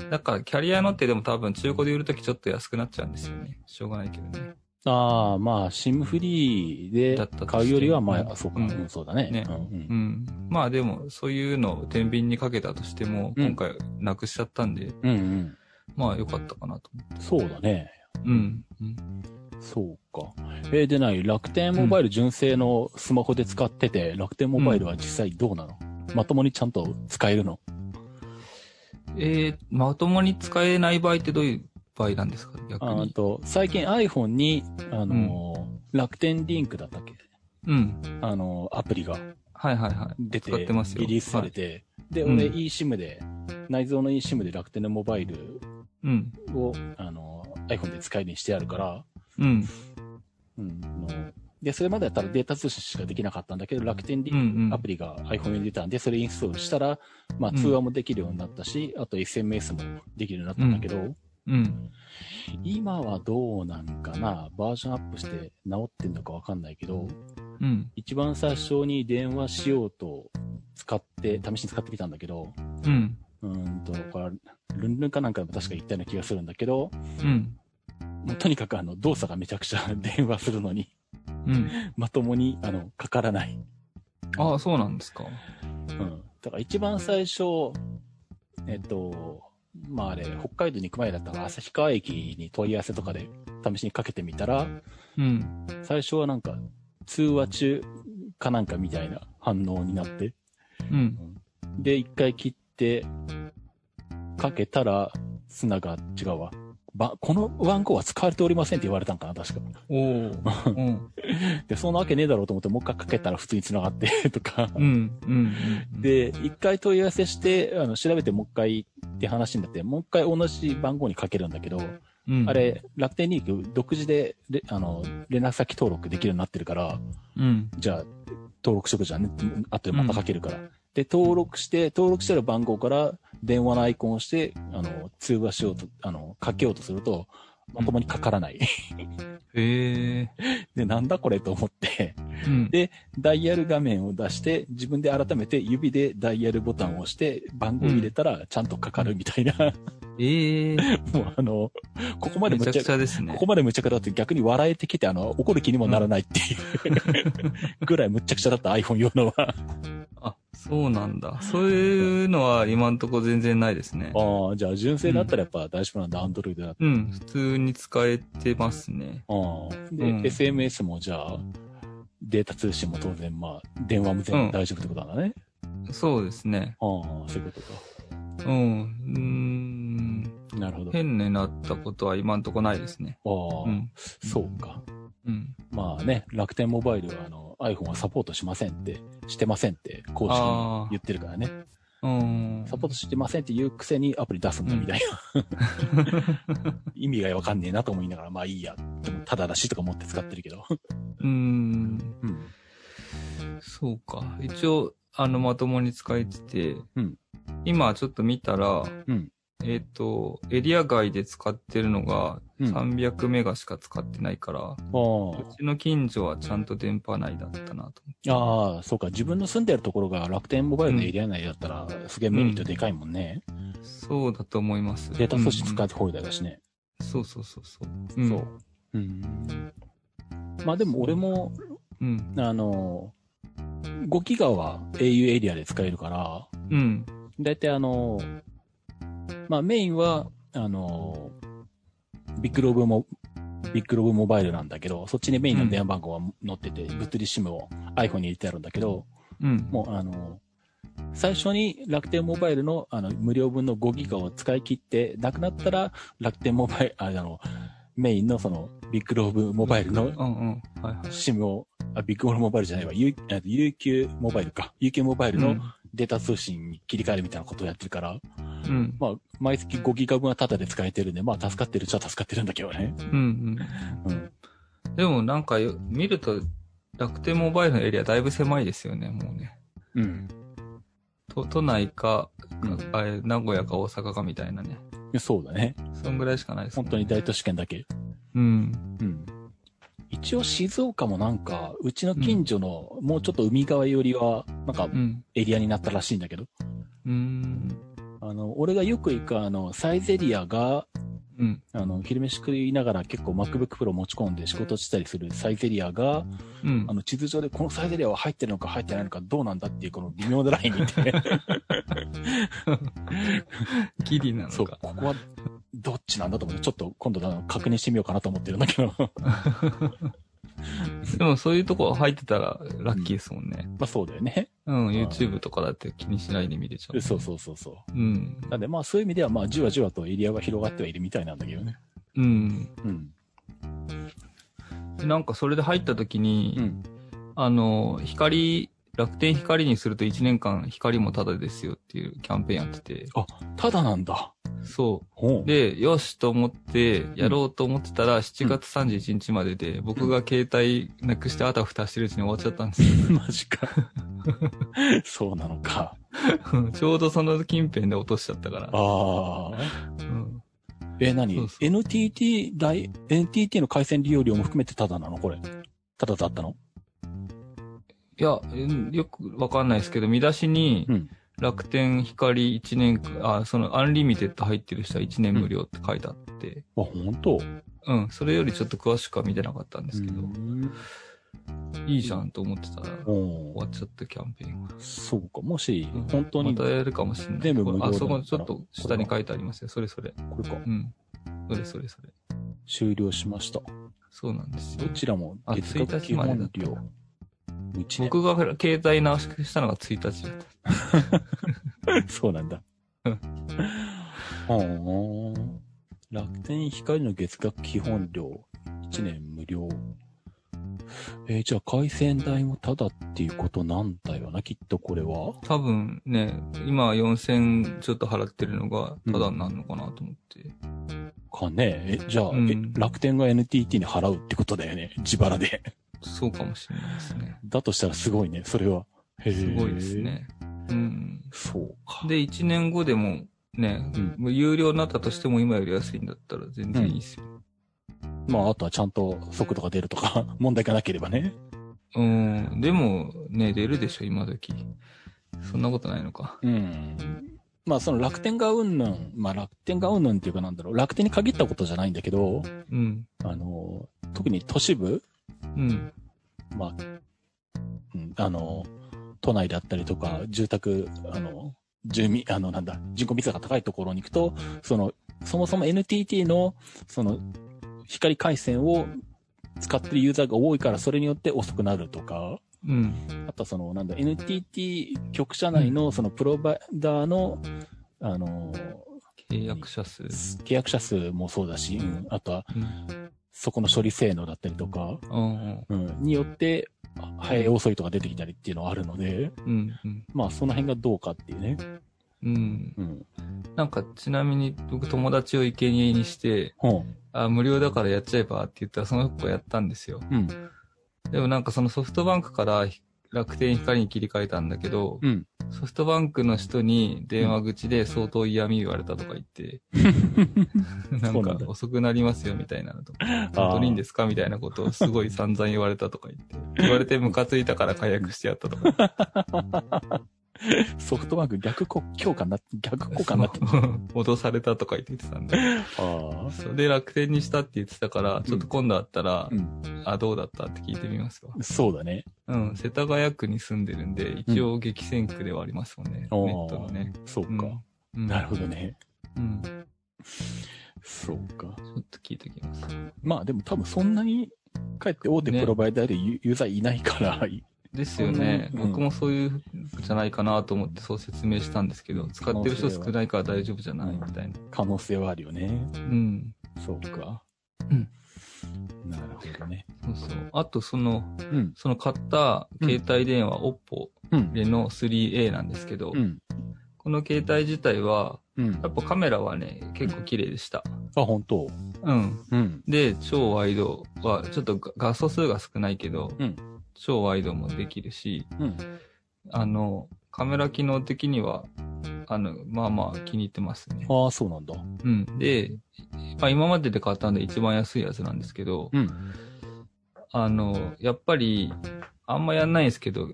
C: だからキャリアのってでも多分中古で売るときちょっと安くなっちゃうんですよね。しょうがないけどね。
B: ああ、まあ、シムフリー
C: だっ
B: で
C: たとして
B: 買うよりは、ま
C: う
B: あ、
C: ん
B: そうか、
C: うん
B: うん、そうだね。
C: ね
B: うん
C: う
B: うん
C: ん。まあでも、そういうのを天秤にかけたとしても、
B: うん
C: 今回なくしちゃったんで、
B: うんうん。
C: まあ良かったかなと思
B: そうだね。
C: う。うん。うん
B: そうか。えーでない、楽天モバイル純正のスマホで使ってて、楽天モバイルは実際どうなの、まともにちゃんと使えるの
C: えー、まともに使えない場合ってどういう場合なんですか逆
B: あ
C: に
B: ー。と最近 iPhone に、あのー楽天リンクだったっけ
C: うん。
B: あのーアプリが
C: はいはいはい。
B: 出て、
C: 使ってますよ
B: リリースされて、で、
C: うん
B: 俺 eSIM で、内蔵の eSIM で楽天のモバイル
C: うん。
B: を、あのー iPhone で使えるようにしてあるから、
C: うん。
B: うん、あので、それまでだったらデータ通信しかできなかったんだけど、楽天リンク
C: うんうん
B: アプリが iPhone に出たんで、それインストールしたら、まあ
C: うん
B: 通話もできるようになったし、あと SMS もできるようになったんだけど、
C: うん。
B: 今はどうなんかなバージョンアップして直ってんのかわかんないけど、
C: うん。
B: 一番最初に電話しようと使って、試しに使ってみたんだけど、
C: うん。
B: うーんと、これ、ルンルンかなんかでも確か言ったような気がするんだけど、
C: うん。
B: もうとにかくあの動作がめちゃくちゃ [LAUGHS] 電話するのに、
C: うん。うん。
B: まともに、あの、かからない。
C: ああ、そうなんですか。
B: うん。だから一番最初、えっと、まああれ、北海道に行く前だったから、旭川駅に問い合わせとかで試しにかけてみたら、
C: うん。
B: 最初はなんか、通話中かなんかみたいな反応になって、
C: うん。
B: で、一回切って、かけたら、砂が違うわ。ば、この番号は使われておりませんって言われたんかな、確か。
C: おお。うん。
B: で、そんなわけねえだろうと思って、もう一回かけたら普通に繋がって、とか。
C: うん。うん。うん、
B: で、一回問い合わせして、あの、調べてもう一回って話になって、もう一回同じ番号にかけるんだけど、
C: うん
B: あ。れ、楽天リーク独自で、れあの、連絡先登録できるようになってるから、
C: うん。
B: じゃあ、登録しとくじゃんね。後でまたかけるから。で、登録して、登録してる番号から電話のアイコンをして、あの、通話しようと、あの、かけようとすると、まともにかからない。 [LAUGHS]
C: へえ。
B: で、なんだこれと思って、
C: うん。
B: でダイヤル画面を出して、自分で改めて指でダイヤルボタンを押して、番号を入れたらちゃんとかかるみたいな、
C: ええ。
B: もうあの、ここまでむ
C: めちゃ
B: ちゃ
C: くちゃですね
B: こ。こまでむちゃくちゃだって逆に笑えてきて、あの、怒る気にもならないって
C: [LAUGHS]
B: いう、ぐらいむちゃくちゃだった iPhone 用のは。
C: あ、そうなんだ。そういうのは今んとこ全然ないですね。
B: ああ、じゃあ純正だったらやっぱ大丈夫なんだ、アンドロイドだっ
C: うん。普通に使えてますね。
B: ああ。で、
C: うん
B: SMS もじゃあ、データ通信も当然、まあ、電話も全部大丈夫ってことなんだね。
C: そうですね。
B: ああ、そういうこと
C: うん。うーん。
B: か。なるほど。
C: 変になったことは今んとこないですね。
B: ああ、
C: うん。
B: そうか。
C: うん。
B: まあね、楽天モバイルはあの iPhone はサポートしませんって、してませんって公式に言ってるからね。
C: うん。
B: サポートしてませんって言うくせにアプリ出すんだみたいな。 [LAUGHS] 意味がわかんねえなと思いながら、まあいいや。でもただだしとか持って使ってるけど。
C: うん。
B: うん。
C: そうか。一応、あの、まともに使えてて、
B: うん
C: 今ちょっと見たら、
B: うん
C: えっ、と、エリア外で使ってるのが
B: うん
C: 300メガしか使ってないから、
B: あ
C: うちの近所はちゃんと電波内だったなと思って。
B: あああ、そうか。自分の住んでるところが楽天モバイルのエリア内だったら、すげえメリットでかいもんね。
C: そうだと思います。
B: データ通信使
C: う
B: え
C: ん
B: て放題だしね。
C: そうそうそうそう。うん
B: そう。。うん。まあでも俺も、
C: うん。
B: あの、5ギガは au エリアで使えるから、
C: うん。
B: 大体あの、まあメインは、あの、ビッグロブも、ビッグロブモバイルなんだけど、そっちにメインの電話番号は載ってて、物理 SIM を iPhone に入れてあるんだけど、
C: うん。
B: もうあの、最初に楽天モバイルのあの無料分の5ギガを使い切って、なくなったら楽天モバイル、ああの、メインのそのビッグロブモバイルの
C: うんうん。はいはい。
B: SIM を、あ、ビッグモールモバイルじゃないわ、U- あ UQ モバイルか。UQ モバイル
C: う
B: の
C: ん
B: データ通信に切り替えるみたいなことをやってるから、
C: うん。
B: まあ、毎月5ギガ分はタダで使えてるんで、まあ、助かってるっちゃ助かってるんだけどね。
C: うん
B: うん。
C: うん。でもなんかよ見ると、楽天モバイルのエリアだいぶ狭いですよね、もうね。
B: うん。
C: 都都内か、
B: うん
C: あれ名古屋か大阪かみたいなね。
B: そうだね。
C: そんぐらいしかないです、ね。
B: 本当に。大都市圏だけ。
C: うん。
B: うん。一応静岡もなんか、うちの近所の、もうちょっと海側寄りは、なんか
C: う、ん。
B: エリアになったらしいんだけど、
C: うん。
B: あの、俺がよく行くあの、サイゼリアが、
C: うん。
B: あの、昼飯食いながら結構 MacBook Pro 持ち込んで仕事したりするサイゼリアが、
C: うん
B: あ。の、地図上でこのサイゼリアは入ってるのか入ってないのかどうなんだっていうこの微妙なラインにいて、
C: ギリなのか。
B: そう、ここはどっちなんだと思って、ちょっと今度あの確認してみようかなと思ってるんだ
C: [LAUGHS]
B: けど、ま
C: でもそういうとこ入ってたらラッキーですもんね。
B: あそうだよね。
C: うん、YouTube とかだって気にしないで見れちゃう。
B: そうそうそうそう。
C: うん。
B: なんでまあそういう意味ではまあじわじわとエリアが広がってはいるみたいなんだけどね。
C: うん。
B: うん。
C: なんかそれで入った時に、
B: うん。
C: あの、光、楽天光にすると1年間光もタダですよっていうキャンペーンやってて、
B: ただなんだ。
C: そ
B: ほ
C: う。
B: う。
C: で、よしと思って、やろうと思ってたら、7月31日までで、僕が携帯なくしてあたふたしてるうちに終わっちゃったんですよ。
B: マジか。 [LAUGHS] そうなのか。
C: [LAUGHS] ちょうどその近辺で落としちゃったから。
B: ああ。
C: うん
B: え、何
C: そうそう
B: ?NTT 大、NTT の回線利用料も含めてただなのこれ。ただだったの
C: いや、うんよくわかんないですけど、見出しに
B: うん、
C: 楽天光1年間、あ、その、アンリミテッド入ってる人は1年無料って書いてあって、
B: あ、本当。
C: うん、それよりちょっと詳しくは見てなかったんですけど、
B: うん
C: いいじゃんと思ってたら、終
B: お
C: わっちゃったキャンペーンが。
B: そうか。もし、本当に、
C: ま
B: こ
C: たやるかもしれない。
B: 全部無料だ
C: あ
B: ったら
C: そこのちょっと下に書いてありますよ。それそ
B: れ
C: れ。
B: か
C: う、ん。それそれそれ。
B: 終了しました。
C: そうなんですよ
B: ど。ちらも
C: あ
B: 月額基
C: 1日までだ
B: 本
C: った
B: 料。1
C: 僕が携帯直ししたのが1日だった。
B: 年。そうなんだ。
C: うん
B: はあ。楽天光の月額基本料。1年無料。えーじゃあ回線代もタダっていうことなんだよな、きっとこれは。
C: 多分ね、今4000ちょっと払ってるのが、ただになるのかなと思って。
B: かねえ、じゃあ、
C: うん
B: え楽天が NTT に払うってことだよね。自腹で。
C: そうかもしれないですね。
B: だとしたらすごいね、それは。へえ
C: すごいです。ね。うん。
B: そうか。
C: で、1年後でも、ね、
B: うん
C: もう有料になったとしても今より安いんだったら全然いいですよ。
B: まあ、あとはちゃんと速度が出るとか、 [LAUGHS] 問題がなければね。
C: うん。でも、ね、出るでしょ、今時。そんなことないのか。
B: うん。まあ、その楽天がうんぬん、まあ楽天がうんぬんっていうかなんだろう、楽天に限ったことじゃないんだけど、
C: うん。
B: あの、特に都市部、
C: うん。
B: まあ、うん、あの、都内だったりとか、住宅、あの、住民、あの、なんだ、人口密度が高いところに行くと、その、そもそも NTT の、その、光回線を使ってるユーザーが多いから、それによって遅くなるとか、
C: うん。
B: あとはその、なんだ、NTT 局社内の、その、プロバイダーの、あの、
C: 契約者数。
B: 契約者数もそうだし、うんあとは
C: うん。
B: そこの処理性能だったりとか、
C: うん。
B: うん、によって、あ早い遅いとか出てきたりっていうのはあるので、
C: うん。うん
B: まあその辺がどうかっていうね。
C: うん。
B: うん。
C: なんか、ちなみに、僕、友達を生贄にして、
B: うん。
C: あ、無料だからやっちゃえばって言ったら、その子やったんですよ。
B: うん。
C: でもなんか、そのソフトバンクからひ楽天光に切り替えたんだけど、
B: うん。
C: ソフトバンクの人に電話口で相当嫌味言われたとか言って、
B: [LAUGHS]
C: な
B: そうんな
C: か
B: んだ
C: 遅くなりますよみたいなのとか、
B: あー
C: 本当にいいんですかみたいなことをすごい散々言われたとか言って、言われてムカついたから解約してやったと
B: [LAUGHS]
C: か。
B: ソフトバンク逆効強化になって、逆効果
C: [LAUGHS]
B: になってる
C: 脅されたとか言ってたんで。
B: あ
C: それで楽天にしたって言ってたから、ちょっと今度あったら、
B: うん
C: あ、どうだったって聞いてみますわ。
B: あ。そうだね。
C: うん、世田谷区に住んでるんで、一応激戦区ではありますもんね。
B: うん
C: ネットのね。
B: そう
C: うん
B: か。
C: うん
B: なるほどね。
C: うん。ち
B: そうか。
C: ょっと聞いてきます。
B: まあでも多分そんなに、かえって大手
C: ね
B: プロバイダーでユユーザーいないから、い
C: ですよね、
B: うん
C: 僕もそういうじゃないかなと思ってそう説明したんですけど、使ってる人少ないから大丈夫じゃないみたいな。
B: 可能性はあるよね。
C: うん。
B: そうか。
C: うん。
B: なるほどね。
C: そうそう。あと、その、
B: うん。
C: その買った携帯電話、OPPO
B: うん。
C: での 3A なんですけど、
B: うん。
C: この携帯自体は、
B: うん
C: や。っぱカメラはね、結構綺麗でした。
B: あ、本当。
C: うん。
B: うん。
C: で、超ワイドは、ちょっと画画素数が少ないけど、
B: うん
C: 超ワイドもできるし、
B: うん。
C: あの、カメラ機能的には、あの、まあまあ気に入ってますね。
B: ああ、そうなんだ。
C: うん。で、まあ、今までで買ったんで一番安いやつなんですけど、
B: うん。
C: あの、やっぱり、あんまやんないんですけど、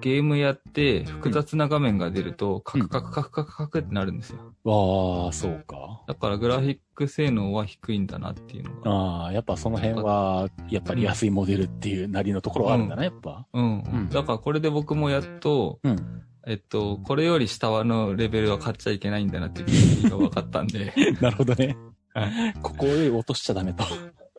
C: ゲームやって複雑な画面が出ると、カクカクカクカクカクってなるんですよ。
B: ああ、そうか。
C: だからグラフィック性能は低いんだなっていうのが。
B: ああ、やっぱその辺は、やっぱり安いモデルっていうなりのところはあるんだな、やっぱ。
C: うん。
B: ん
C: だからこれで僕もやっと、
B: うん。
C: えっと、これより下のレベルは買っちゃいけないんだなっていうのが分かったん
B: [LAUGHS]
C: で、
B: [LAUGHS] なるほどね
C: は。
B: ここへ落としちゃダメと。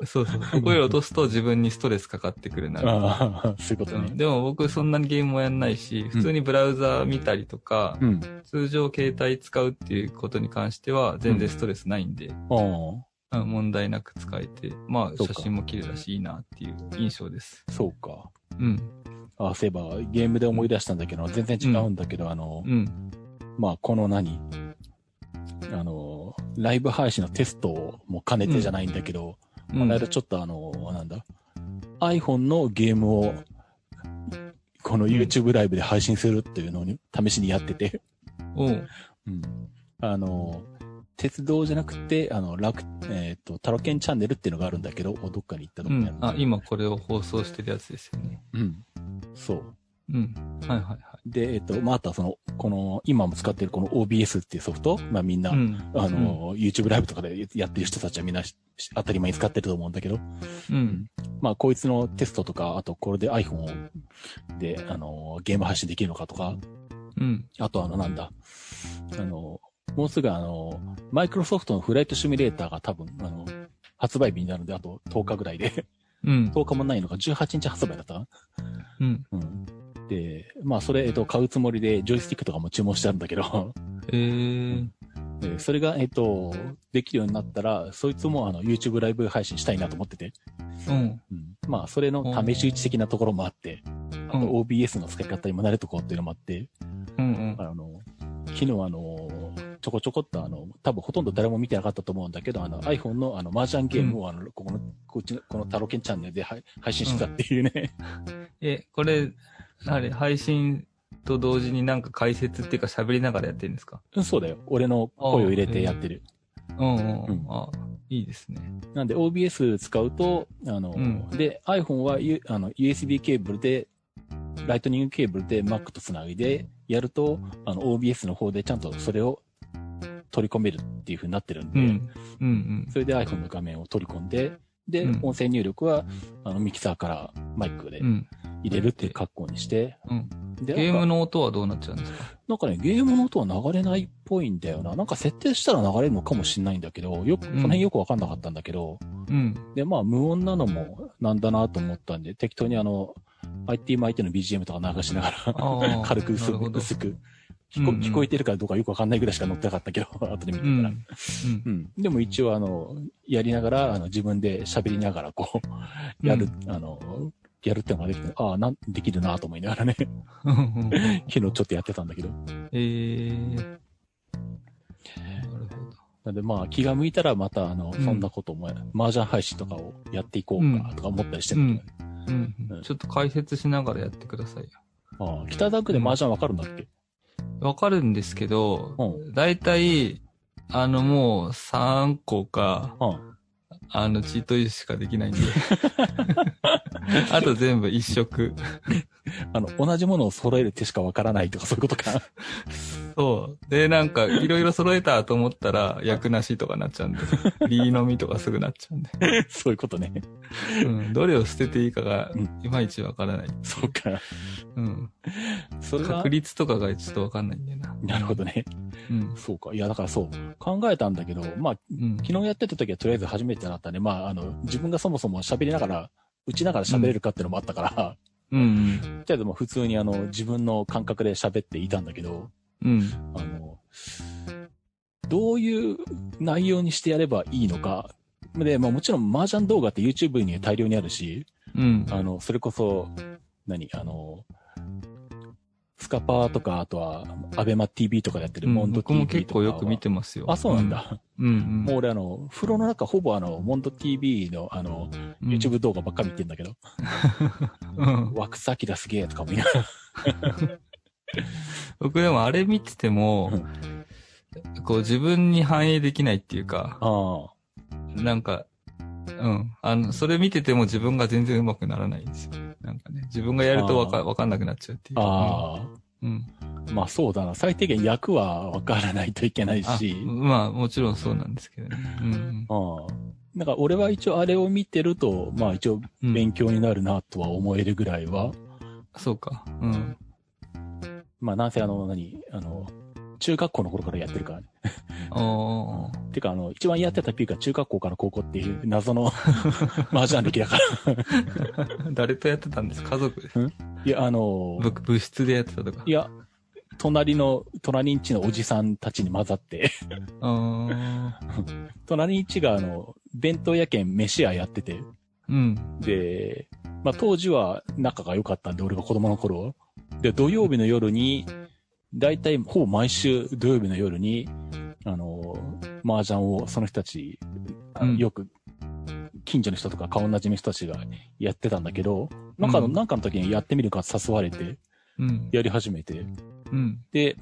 C: そうそう。ここより落とすと自分にストレスかかってくるなって
B: ああ、そういうこと
C: うん
B: ね。
C: でも僕そんなにゲームもやんないし、普通にブラウザー見たりとか、
B: うん。
C: 通常携帯使うっていうことに関しては全然ストレスないんで、
B: あ
C: うん問題なく使えて、ま
B: そ
C: あ
B: うか
C: 写真も綺麗だしいいなっていう印象です。
B: あ、そうか。
C: うん。
B: ああ、そういえば、ゲームで思い出したんだけど、全然違うんだけど、あの
C: う、ん。
B: まあ、この何あの、ライブ配信のテストも兼ねてじゃないんだけど、
C: う
B: こ
C: ん
B: の間ちょっとあの、なんだ、iPhone のゲームを、この YouTube ライブで配信するっていうのを試しにやってて、
C: おう
B: うん。あの、鉄道じゃなくて、あの、楽、えっ、と、タロケンチャンネルっていうのがあるんだけど、おどっかに行ったと
C: う
B: こにあ
C: ん
B: る。。
C: あ、今これを放送してるやつですよね。
B: うん。そう。
C: うん。はいはいはい。
B: で、えっと、まあ、あとはその、この、今も使ってるこの OBS っていうソフト、まあみんな、
C: うん。
B: あの、YouTube ライブとかでやってる人たちはみんなし当たり前に使ってると思うんだけど、
C: うん。
B: まあこいつのテストとか、あとこれで iPhone をで、あの、ゲーム配信できるのかとか、
C: うん。
B: あとあの、なんだ、あの、もうすぐあの、マイクロソフトのフライトシミュレーターが多分、あの、発売日になるんで、あと10日ぐらいで、 [LAUGHS]
C: うん。
B: 10日もないのか、18日発売だったかな
C: うん。
B: うん。で、まあ、それ、えっと、買うつもりで、ジョイスティックとかも注文してあるんだけど、
C: えー。
B: でそれが、えっと、できるようになったら、そいつも、あの、YouTube ライブ配信したいなと思ってて、
C: うん。
B: うん。まあ、それの試し打ち的なところもあって、あと
C: うん
B: OBS の使い方にも慣れとこうっていうのもあって、
C: うん。うん
B: あの、昨日あの、ちょこちょこっとあの、多分ほとんど誰も見てなかったと思うんだけど、あの iPhone のあの、麻雀ゲームをあの、ここの、こっちの、このタロケンチャンネルで配配信してたっていうね。
C: え、これ、あれ、配信と同時になんか解説っていうか喋りながらやってるんですか
B: [LAUGHS] そうだよ。俺の声を入れてやってる。
C: うん
B: う
C: うんん。あ、いいですね。
B: なんで OBS 使うと、あの、
C: うん
B: で、iPhone は、U、あの USB ケーブルで、ライトニングケーブルで Mac とつないでやると、あの OBS の方でちゃんとそれを取り込めるっていう風になってるん
C: う
B: で、
C: ん。うんうん。
B: それで iPhone の画面を取り込んで、で、
C: うん
B: 音声入力は、あの、ミキサーからマイクで
C: うん。
B: 入れるっていう格好にして、
C: うん。
B: で、
C: ゲーム
B: なんか
C: の音はどうなっちゃうんですか
B: なんかね、ゲームの音は流れないっぽいんだよな。なんか設定したら流れるのかもしれないんだけど、よく、その辺よくわかんなかったんだけど、
C: うん。
B: で、まあ、無音なのもなんだなと思ったんで、適当にあの、IT 巻いての BGM とか流しながら
C: あ、ー
B: [LAUGHS] 軽く薄
C: なるほ
B: く、
C: ど
B: 薄く聞こ、
C: うんうん
B: 聞こえてるかどうかよくわかんないぐらいしか乗ってなかったけど、後で見て
C: う
B: た
C: ん。う
B: ら。
C: ん
B: う。ん。でも一応、あの、やりながら、あの、自分で喋りながら、こう、やる、あの、やるってのができて、ああ、なん、できるなと思いながらね、 [LAUGHS]
C: うんえ
B: 昨日ちょっとやってたんだけど。
C: ー。なるほど。
B: なんでまあ、気が向いたらまた、あの、
C: うん
B: そんなことも、麻雀配信とかをやっていこうか、とか思ったりしてるんだけ
C: うん
B: う
C: うんん。ちょっと解説しながらやってくださいよ。
B: どね。ああ、北田区で麻雀わかるんだっけ
C: わかるんですけど
B: う、
C: だいたい、あのもう3個か、
B: うん。
C: あのチートイしかで
B: [LAUGHS]
C: きないんで。あと全部一色。
B: あの、同じものを揃える手しかわからないとか、そういうことか。 [LAUGHS]
C: そう。で、なんか、いろいろ揃えたと思ったら、役なしとかなっちゃうんで。リーのみとかすぐなっちゃうんで。
B: そういうことね。
C: うん。どれを捨てていいかが
B: う、
C: いまいちわからない。
B: そうか。
C: うん。
B: それは
C: 確、率とかがちょっとわかんないんだよな。
B: なるほどね。
C: うん。
B: そうか。いや、だからそう。考えたんだけど、まあ、
C: うん。
B: 昨日やってた時はとりあえず初めてだったね。まあ、あの、自分がそもそも喋りながら、打ちながら喋れるかっていうのもあったから、
C: うん。
B: とりあえずもう普通にあの、自分の感覚で喋っていたんだけど、
C: うん。
B: あの、どういう内容にしてやればいいのか。で、まあもちろん麻雀動画って YouTube に大量にあるし、
C: うん。
B: あの、それこそ、何あの、スカパーとか、あとは、アベマ TV とかでやってる
C: うん
B: モンド
C: 僕も
B: TV とかは、
C: 結構よく見てますよ。
B: あ、そうなんだ。
C: うん。うん。
B: もう俺あの、風呂の中ほぼあの、モンド TV のあの、
C: うん、
B: YouTube 動画ばっか見てんだけど、
C: うん。
B: ワクサキだすげえとかも言いながら、
C: 僕でもあれ見てても
B: う、
C: こう自分に反映できないっていう
B: あ
C: か、
B: あ、
C: なんか、うん。あの、それ見てても自分が全然上手くならないんですよ。なんかね、自分がやるとわ
B: あ
C: かわかんなくなっちゃうっていうか。
B: あ
C: うん。
B: あ、まあそうだな、最低限役はわからないといけない
C: あ
B: し、
C: まあ、もちろんそうなんですけどね。うん
B: ああ、なんか俺は一応あれを見てると、まあ一応
C: うん。うん、
B: 勉強になるなとは思えるぐらいは、
C: そうか。うん。
B: まあなんせあの、何、あの、中学校の頃からやってるからね。
C: ああ。
B: てかあの、一番やってたピークは中学校から高校っていう謎の [LAUGHS] 麻雀歴だから。
C: 誰とやってたんですか家族で。
B: いや、あの、
C: 僕、部室でやってたとか。
B: いや、隣の、隣んちのおじさんたちに混ざって、
C: ああ。
B: 隣んちがあの、弁当屋兼飯屋やってて、
C: うん。
B: で、まあ当時は仲が良かったんで、俺が子供の頃。で、土曜日の夜に、だいたいほぼ毎週土曜日の夜に、あの、麻雀をその人たち、あ
C: うん
B: よく、近所の人とか顔なじみの人たちがやってたんだけど、なんかの、
C: うん
B: なんかの時にやってみるかって誘われて、
C: うん。
B: やり始めて、
C: うん。
B: で、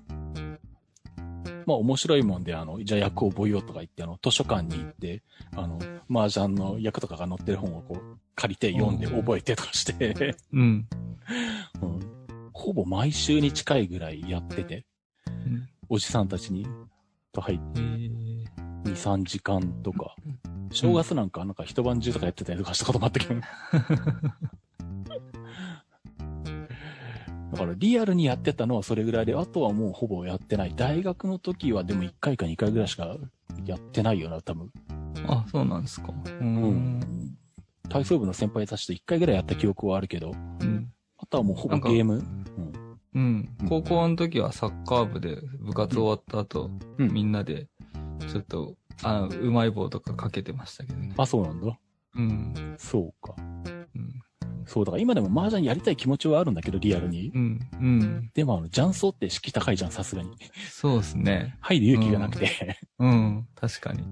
B: まあ面白いもんで、あの、じゃあ役を覚えようとか言って、あの、図書館に行って、あの、麻雀の役とかが載ってる本をこう、借りて読んで
C: うん
B: 覚えてとかして、
C: うん。
B: うんほぼ毎週に近いぐらいやってて、
C: うん
B: おじさんたちに、と入っ
C: えー
B: 2、3時間とか、正月なんかなんか一晩中とかやってたりとかしたこともあったけど、だからリアルにやってたのはそれぐらいで、あとはもうほぼやってない。大学の時はでも1回か2回ぐらいしかやってないよな、多分。
C: あ、そうなんですか。うー。
B: うん体操部の先輩たちと1回ぐらいやった記憶はあるけど、
C: うん。
B: あとはもうほぼ
C: なんか
B: ゲーム。
C: うん。高校の時はサッカー部で部活終わった後、
B: うん
C: みんなで、ちょっと、あの、うまい棒とかかけてましたけどね。
B: あ、そうなんだ。
C: うん。
B: そうか。
C: うん。
B: そう、だから今でも麻雀やりたい気持ちはあるんだけど、リアルに。
C: うん。うん。
B: でもあの、雀荘って敷居高いじゃん、さすがに。
C: そうですね。
B: 入る勇気がなくて。
C: うん。確かに。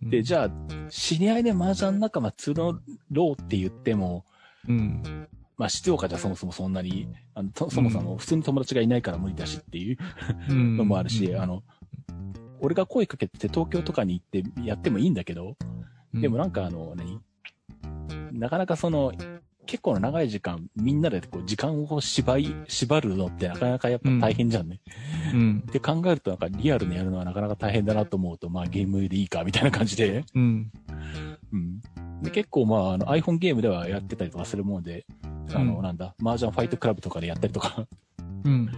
B: で、じ
C: ゃ
B: ゃあ、知り合いで麻雀仲間つろろうって言っても、
C: うん。
B: まあ、静岡じゃそもそもそんなに、あのそそもそも普通に友達がいないから無理だしっていう
C: うん
B: のもあるし、
C: うん
B: あの、俺が声かけて東京とかに行ってやってもいいんだけど、でもなんかあの、何なかなかその、結構長い時間、みんなでこう、時間を縛り、縛るのってなかなかやっぱ大変じゃんね。
C: うん。
B: って考えるとなんかリアルにやるのはなかなか大変だなと思うと、まあゲームでいいか、みたいな感じで。
C: うん。
B: うん。で、結構まあ、あの iPhone ゲームではやってたりとかするもんで、あの、
C: うん
B: なんだ、麻雀ファイトクラブとかでやったりとか、
C: うん。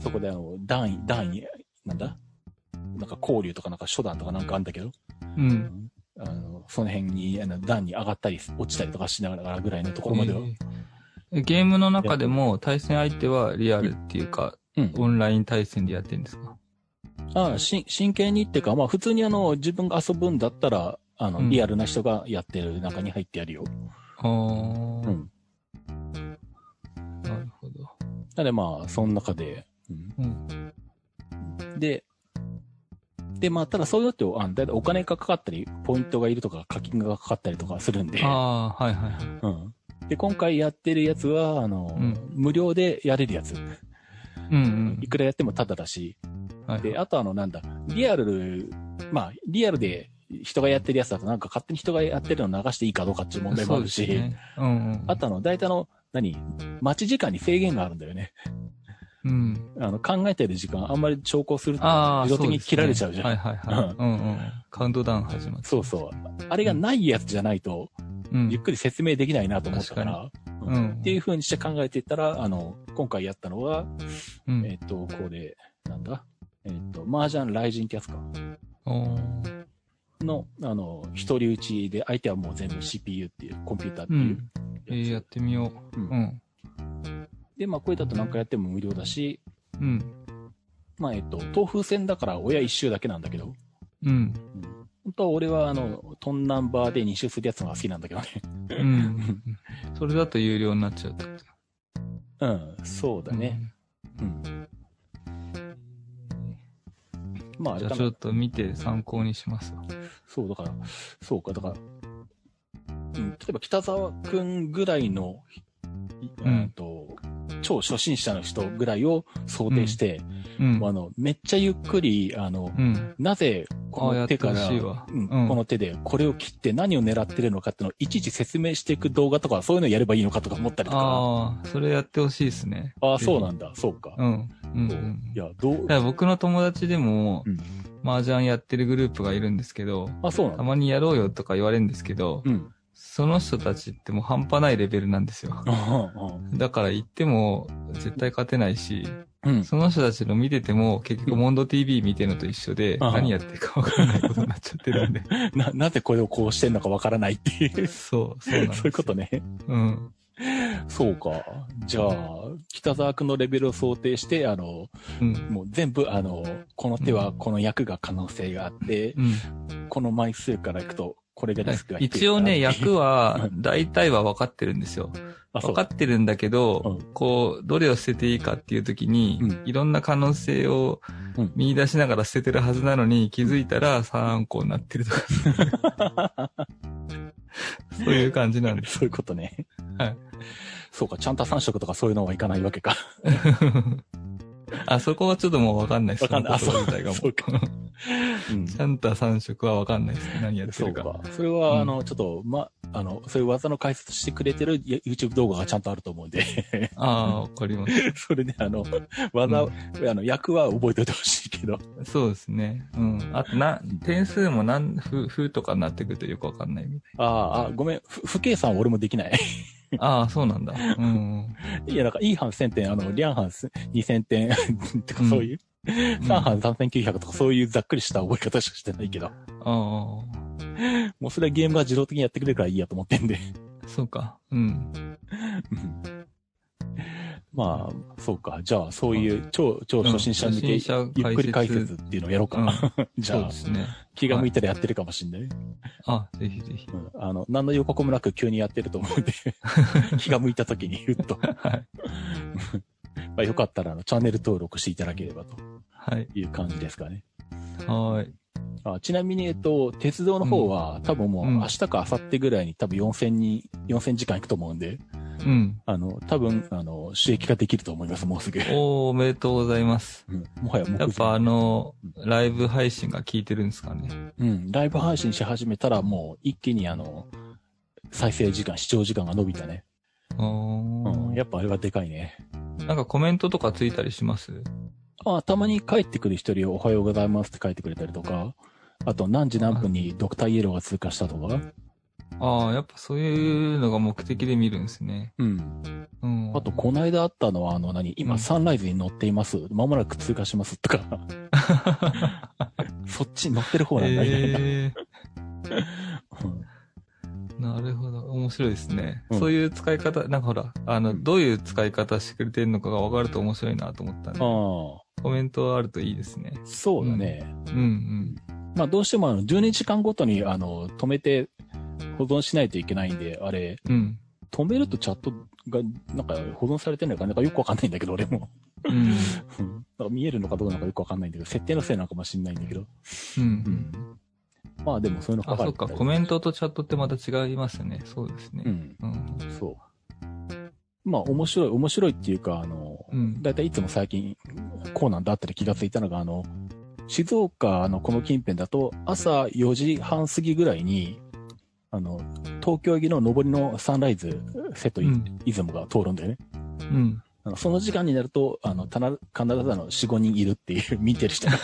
B: そこであの、段位、段位、なんだなんか交流とかなんか初段とかなんかあるんだけど、
C: うん。
B: あの、その辺に、あの、段に上がったり、落ちたりとかしながらぐらいのところまでは。
C: えーゲームの中でも対戦相手はリアルっていうか、
B: うん
C: オンライン対戦でやってるんですか
B: ああ、し、真剣にっていうか、まあ普通にあの、自分が遊ぶんだったら、あ
C: う
B: の、
C: ん
B: リアルな人がやってる中に入ってやるよ。、
C: ああ、うんなるほど。
B: なのでまあ、その中で、うん
C: うん。
B: で、で、まあ、ただそういうのって、あの、だいたいお金がかかったり、ポイントがいるとか、課金がかかったりとかするんで、
C: ああ、はいはいはい。
B: うん。で、今回やってるやつは、あの、
C: うん
B: 無料でやれるやつ。
C: うん
B: いくらやってもタダだし、
C: うん。はい
B: で、あとあの、なんだ、リアル、まあ、リアルで人がやってるやつだと、なんか勝手に人がやってるのを流していいかどうかっていう問題もある
C: そ
B: し、
C: うですねうんうん。
B: あとあの、大体あの、何待ち時間に制限があるんだよね。
C: うん。
B: あの、考えてる時間あんまり調考すると
C: ああ、
B: 自動的に
C: そ
B: 切
C: うですね
B: られちゃうじゃん
C: はいはいはい。うんうん。カウントダウン始まって。
B: そうそう。あれがないやつじゃないと、
C: う
B: ゆっ
C: ん。
B: くり説明できないなと思ったから、
C: かにうん
B: っていう風にして考えていったら、あの、今回やったのは、
C: うん。
B: えっ、と、これ、なんだ、えっ、と、麻雀雷神ってやつか、
C: おー
B: の、あの、一人打ちで、相手はもう全部 CPU っていう、コンピューターって
C: う
B: い
C: ん
B: う。。
C: えー、やってみよ
B: う
C: う。
B: ん
C: うん。
B: で、まあ、これだと何回やっても無料だし、
C: うん。
B: まあ、えっ、と、東風戦だから親一周だけなんだけど、
C: うん。
B: 本当は俺は、あの、トンナンバーで二周するやつのが好きなんだけどね。 [LAUGHS]
C: うん。それだと有料になっちゃうってこと
B: うん、そうだね。。うん。まあ、
C: じ
B: あ
C: ゃあ
B: れ
C: ちょっと見て参考にしますわ。
B: そう、だから、そうか、だから、うん、例えば北沢くんぐらいの、
C: うん
B: うんと、超初心者の人ぐらいを想定して、
C: うん。
B: あの、めっちゃゆっくり、あの、
C: うん。
B: なぜこ
C: あや
B: の
C: っ
B: 手
C: て
B: か
C: ほ
B: ら、
C: しいわ。
B: うんこの手でこれを切って何を狙ってるのかっていうのをいちいち説明していく動画とか、そういうのやればいいのかとか思ったりとか、
C: ああ、それやってほしいですね。
B: ああ、そうなんんだ、そうか。
C: うん。うん。う
B: そうんいや、どう
C: だか、ら僕の友達でも
B: うん、
C: 麻雀やってるグループがいるんですけど、
B: あ、そうなん
C: た
B: だ。
C: まにやろうよとか言われるんですけど、
B: うん。
C: その人たちってもう半端ないレベルなんですよ。だから行っても絶対勝てないし、
B: [LAUGHS] うん。
C: その人たちの見てても結局モンド TV 見てるのと一緒で、
B: ああ
C: 何やってるか分からないことになっちゃって
B: [LAUGHS]
C: るんで。
B: な、なぜこれをこうしてんのかわからないっていう。
C: そう、そうなんです
B: そ
C: よ
B: ういうこと。ね。
C: うん。
B: そうか。じゃあ、北沢くんのレベルを想定して、あの、
C: うん。
B: もう全部、あの、この手はこの役が可能性があって、
C: うん。
B: この枚数からいくと、これがリスクが低いから。
C: 一応ね、役は
B: う、
C: 大体は分かってるんですよ。
B: [LAUGHS] あ、そ
C: 分
B: う
C: か
B: か。
C: ってるんだけど、
B: う
C: こう、どれを捨てていいかっていう時に、
B: うん
C: いろんな可能性を
B: うん
C: 見出しながら捨ててるはずなのに、気づいたら3個になってるとか。
B: [LAUGHS]
C: そういう感じなんです。
B: そういうことね。
C: はい。
B: そうか、ちゃんと3色とかそういうのはいかないわけか。
C: あ、そこはちょっともうわかんないです。
B: わかんない
C: そのこと自体が
B: あそう
C: もう。
B: うん
C: シャンタ3色はわかんないですね。何やって
B: そう
C: るか。
B: か。それは、
C: うん
B: あの、ちょっと、ま、あの、そういう技の解説してくれてる YouTube 動画がちゃんとあると思うんで、
C: [LAUGHS] ああ、わかります。
B: それで、あの、技、
C: う
B: あの、役は覚えておいてほしいけど。
C: そうですね。うん。あと、な、点数も何、ふ、ふとかになってくるとよくわかんないみたい
B: あああ、ごめん、ふ不計算俺もできない。
C: な。ああ、そうなんだ。うん。
B: いや、なんか、いい班1000点、あの、リャン班2000点 [LAUGHS] とかそういう、3班3900とかそういうざっくりした覚え方しかしてないけど、
C: あ
B: もうそれはゲームが自動的にやってくれるからいいやと思ってんで。
C: あ、そうか。うん。
B: うんまあ、そうか。じゃあ、そういう超、超初心者向け、
C: うん
B: ゆ
C: 初心者
B: っくり解
C: 解説
B: 説っていうのをやろうか
C: うん
B: な。 [LAUGHS] じ
C: そう
B: ゃあ
C: で、すね。
B: 気が向いたらやってるかもしんない。
C: あ、ぜひぜひ。
B: うんあの、何の予告もなく急にやってると思
C: [LAUGHS]
B: うんで、気が向いた時に、ふっと。
C: はい。
B: まあ、よかったら、あの、チャンネル登録していただければと
C: はい。
B: いう感じですかね。
C: はーい。
B: あちなみに、えっと、鉄道の方は、多分もう、
C: うん
B: 明日か明後日ぐらいに多分4000人、4000時間いくと思うんで、
C: うん。
B: あの、多分、あの、収益化できると思います、もうすぐ。
C: おー、おめでとうございます。
B: うんもはや目
C: やっぱあの、ライブ配信が効いてるんですかね。
B: うん、ライブ配信し始めたらもう一気にあの、再生時間、視聴時間が伸びたね。
C: お
B: うん、
C: ー
B: やっぱあれはでかいね。
C: なんかコメントとかついたりします
B: あたまに帰ってくる人におはようございますって書いてくれたりとか、あと何時何分にドクターイエローが通過したとか、
C: ああ、やっぱそういうのが目的で見るんですね。
B: うん。
C: うん。
B: あと、こないだあったのは、あの何、
C: う
B: 今
C: ん
B: サンライズに乗っています。まもなく通過しますと
C: [LAUGHS]
B: か、そっちに乗ってる方なんだ、ね
C: えー、なるほど。面白いですね、
B: うん
C: そういう使い方、なんかほら、あの、
B: うん
C: どういう使い方してくれてるのかが分かると面白いなと思ったんで、
B: あ
C: コメントあるといいですね。
B: あ、そうだね。
C: うん
B: まあどうしてもあの12時間ごとにあの止めて保存しないといけないんで、あれ、
C: うん。うん。
B: 止めるとチャットがなんか保存されてるのかなんかよくわかんないんだけど、俺
C: [LAUGHS]
B: も。
C: うん。
B: うんなんか見えるのかどうなのかよくわかんないんだけど、設定のせいなのかもしんないんだけど。
C: うん。
B: まあでもそういうの書
C: あ、
B: か
C: そ
B: れ
C: って
B: た
C: か、
B: り
C: コメントとチャットってまた違いますね。そうです
B: う
C: ね。
B: ん、
C: うん。
B: そう。まあ面白い、面白いっていうか、あの、
C: うん。
B: だいたいいつも最近、こうなんだって気がついたのが、あの、静岡のこの近辺だと、朝4時半過ぎぐらいに、あの、東京行きの上りのサンライズセットイ,、
C: うん
B: イズムが通るんだよね。
C: うん。
B: あのその時間になると、あの、たな、必ずあの、4、5人いるっていう、 [LAUGHS] 見てる人が。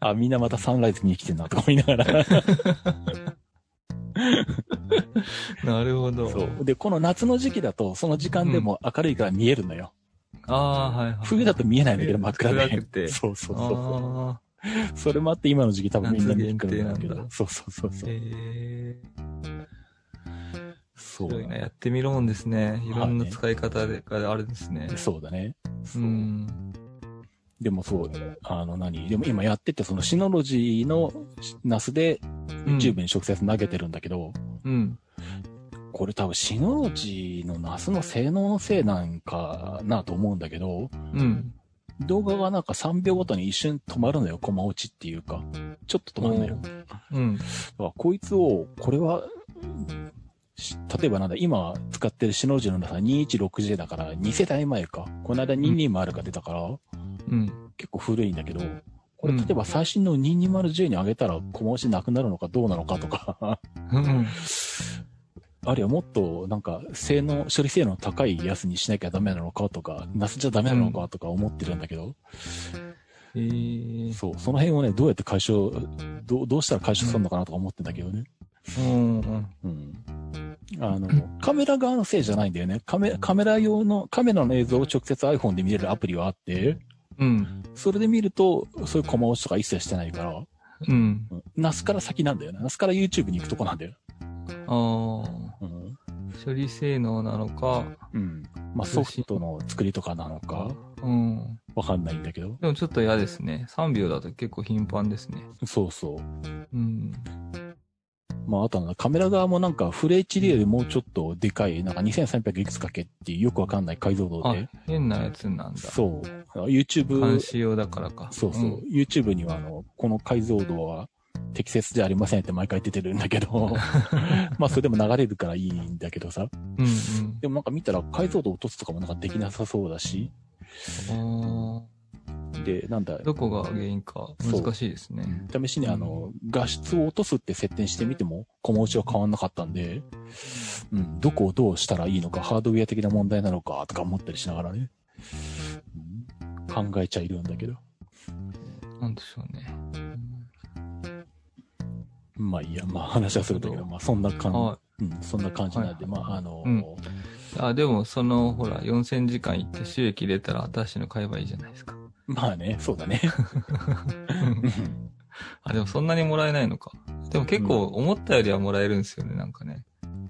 B: あ、みんなまたサンライズに来てんな、とか思いながら。
C: なるほど。
B: そう。で、この夏の時期だと、その時間でも明るいから見えるのよ。
C: ああ、はいはい。
B: [LAUGHS] 冬だと見えないんだけど、真っ暗で。
C: 暗くて
B: そうそうそうそう。
C: ああ、
B: それもあって、今の時期多分みんな見に来るんだけ
C: 夏限定なん
B: ど。
C: だ
B: そうそうそうそう。
C: ええ
B: そ
C: ー。
B: う
C: いな。やってみるもんですね。いろんな使い方でがあるんですね。
B: そうだね。そうう。
C: ん。
B: でもそう、あの何、でも今やってて、そのシノロジーのナスで、YouTube に直接投げてるんだけど、
C: うん。
B: これ多分シノロジーのナスの性能のせいなんかなと思うんだけど、
C: うん。
B: 動画がなんか3秒ごとに一瞬止まるのよ、コマ落ちっていうか。ちょっと止まるのよ。だか
C: うん。
B: らこいつを、これは、し例えばなんだ、今使ってるシノロジーのナスは 216J だから2世代前か。この間220が出たから、
C: うん。
B: 結構古いんだけど、これ
C: うん
B: 例えば最新の 220J に上げたらコマ落ちなくなるのかどうなのかとか。 [LAUGHS]
C: うん。
B: あるいはもっとなんか性能、処理性能高いやつにしなきゃダメなのかとか、ナスじゃダメなのかとか思ってるんだけど、
C: えー。
B: そう、その辺をね、どうやって解消、どうどうしたら解消するのかなとか思ってんだけどね。
C: うん。うん
B: うん。あの、カメラ側のせいじゃないんだよね。カメカメラ用の、カメラの映像を直接 iPhone で見れるアプリはあって、
C: うん。
B: それで見ると、そういうコマ落ちとか一切してないから、
C: うん。
B: うんナスから先なんだよね。ナスから YouTube に行くとこなんだよ。
C: ああ。
B: うん。
C: 処理性能なのか。
B: うん。まあ、ソフトの作りとかなのか、
C: うん。
B: わかんないんだけど。
C: でもちょっと嫌ですね。3秒だと結構頻繁ですね。
B: そうそう。
C: うん。
B: まあ、あとはなんかカメラ側もなんかフレ HD よりもうちょっとでかい、なんか2300いくつかけっていうよくわかんない解像度
C: あ
B: で。、
C: 変なやつなんだ。
B: そう。
C: 監
B: YouTube、
C: 視用だからか。
B: そうそう。
C: ん
B: YouTube にはあの、この解像度は適切じゃありませんって毎回出てるんだけ
C: [LAUGHS]
B: ど、まあそれでも流れるからいいんだけどさ。
C: うんうん。
B: でもなんか見たら解像度落とすとかもなんかできなさそうだし、
C: あー
B: で、なんだ、
C: どこが原因か
B: そう
C: 難しいですね。
B: 試しにあの、画質を落とすって設定してみても、駒落ちは変わんなかったんで、うん、どこをどうしたらいいのか、ハードウェア的な問題なのか、とか思ったりしながらね、うん考えちゃいるんだけど。
C: なんでしょうね。うん
B: まあいいや、まあ話はするんだけど、まあそんな感じ、
C: は
B: うん、そんな感じなんで、まああの、
C: うんい。あ、でも、その、ほら、4000時間行って収益出たら新しいの買えばいいじゃないですか。
B: まあね、そうだね。
C: あ、でもそんなにもらえないのか。でも結構思ったよりはもらえるんですよね、なんかね。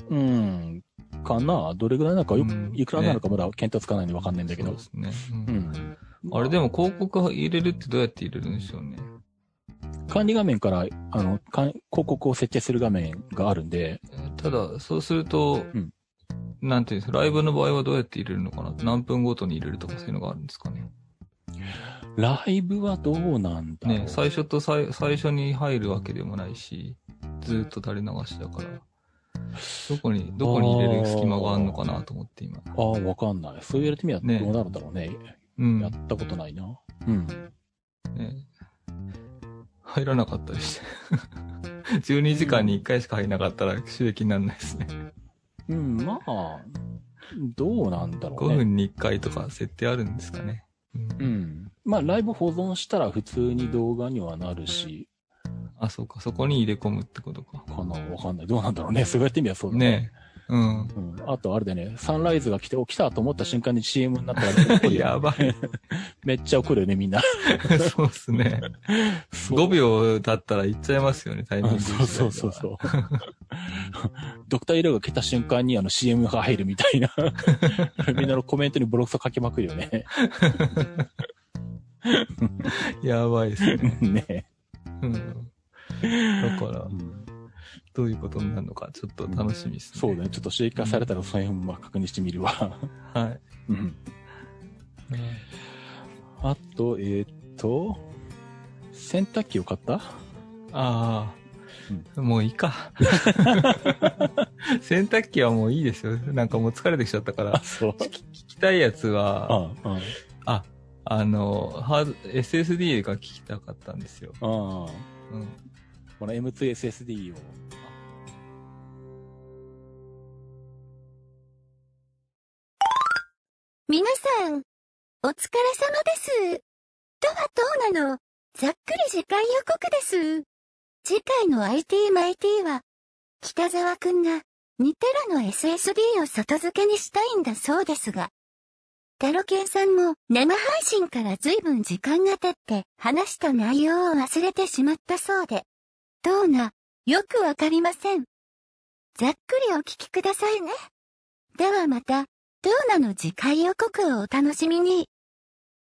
B: うん、かな、どれぐらいなのかよく、
C: うん
B: いくらなのかまだ検討つかないんでわかんないんだけど。
C: そうですね。
B: う
C: うん
B: ん。
C: あれで
B: も、
C: も広告入れるってどうやって入れるんでしょうね。
B: 管理画面から、あの、かん広告を設定する画面があるんで、
C: えーただ、そうすると、
B: うん
C: なんていうんですか、ライブの場合はどうやって入れるのかな何分ごとに入れるとかそういうのがあるんですかね。
B: ライブはどうなんだろう。
C: ね、最初と最最初に入るわけでもないし、ずーっと垂れ流しだから、どこに、どこに入れる隙間があるのかなと思って今。
B: ああ、わかんない。そう言われてみれば
C: ね
B: どうなるんだろうね。
C: うん。
B: や
C: ね、
B: ったことないな。うん。
C: 入らなかったりして。12時間に1回しか入らなかったら収益にならないですね。
B: うん、まあ、どうなんだろうね。
C: 5分に1回とか設定あるんですかね。う
B: う。ん。まあ、ライブ保存したら普通に動画にはなるし、
C: あ、そうか、そこに入れ込むってことか。
B: かなわかんない。どうなんだろうね。そうやってみればそうだね。
C: ねえ。うん。
B: うん、あと、あれだよね、サンライズが来て、起きたと思った瞬間に CM になったら、 [LAUGHS] 怒るよね
C: [LAUGHS] やばい。
B: めっちゃ怒るよね、みん [LAUGHS] な。
C: そうっすね。
B: そう
C: 5秒経ったら行っちゃいますよね、タイミン
B: う
C: グ
B: んそうそうそう
C: う。
B: そう。 [LAUGHS] ドクターイラが来た瞬間にあの CM が入るみたいな。 [LAUGHS] みんなのコメントにブロックをかけまくるよ [LAUGHS] ね。
C: やばいっすね。
B: ね、
C: うん。だから、どういうことになるのか、ちょっと楽しみですね。
B: そうだね。ちょっと収益化されたらその辺も確認してみるわ。
C: は
B: うん
C: い。
B: あと、えーっと、洗濯機を買った
C: ああ、もういいか。 [LAUGHS] 洗濯機はもういいですよ。なんかもう疲れてきちゃったから。
B: そう。
C: 聞きたいやつ
B: あ
C: は、
B: あ、あ
C: あ、あの、ハード、SSD が聞きたかったんですよ。
B: あ。こ
C: うん。
B: の M2SSD を。
A: 皆さん、お疲れ様です。とはどうなのざっくり次回予告です。次回の IT マイティは、北沢くんが2テラの SSD を外付けにしたいんだそうですが、タロケンさんも生配信から随分時間が経って話した内容を忘れてしまったそうで、どうな、よくわかりません。ざっくりお聞きくださいね。ではまた。ドーナの次回予告をお楽しみに。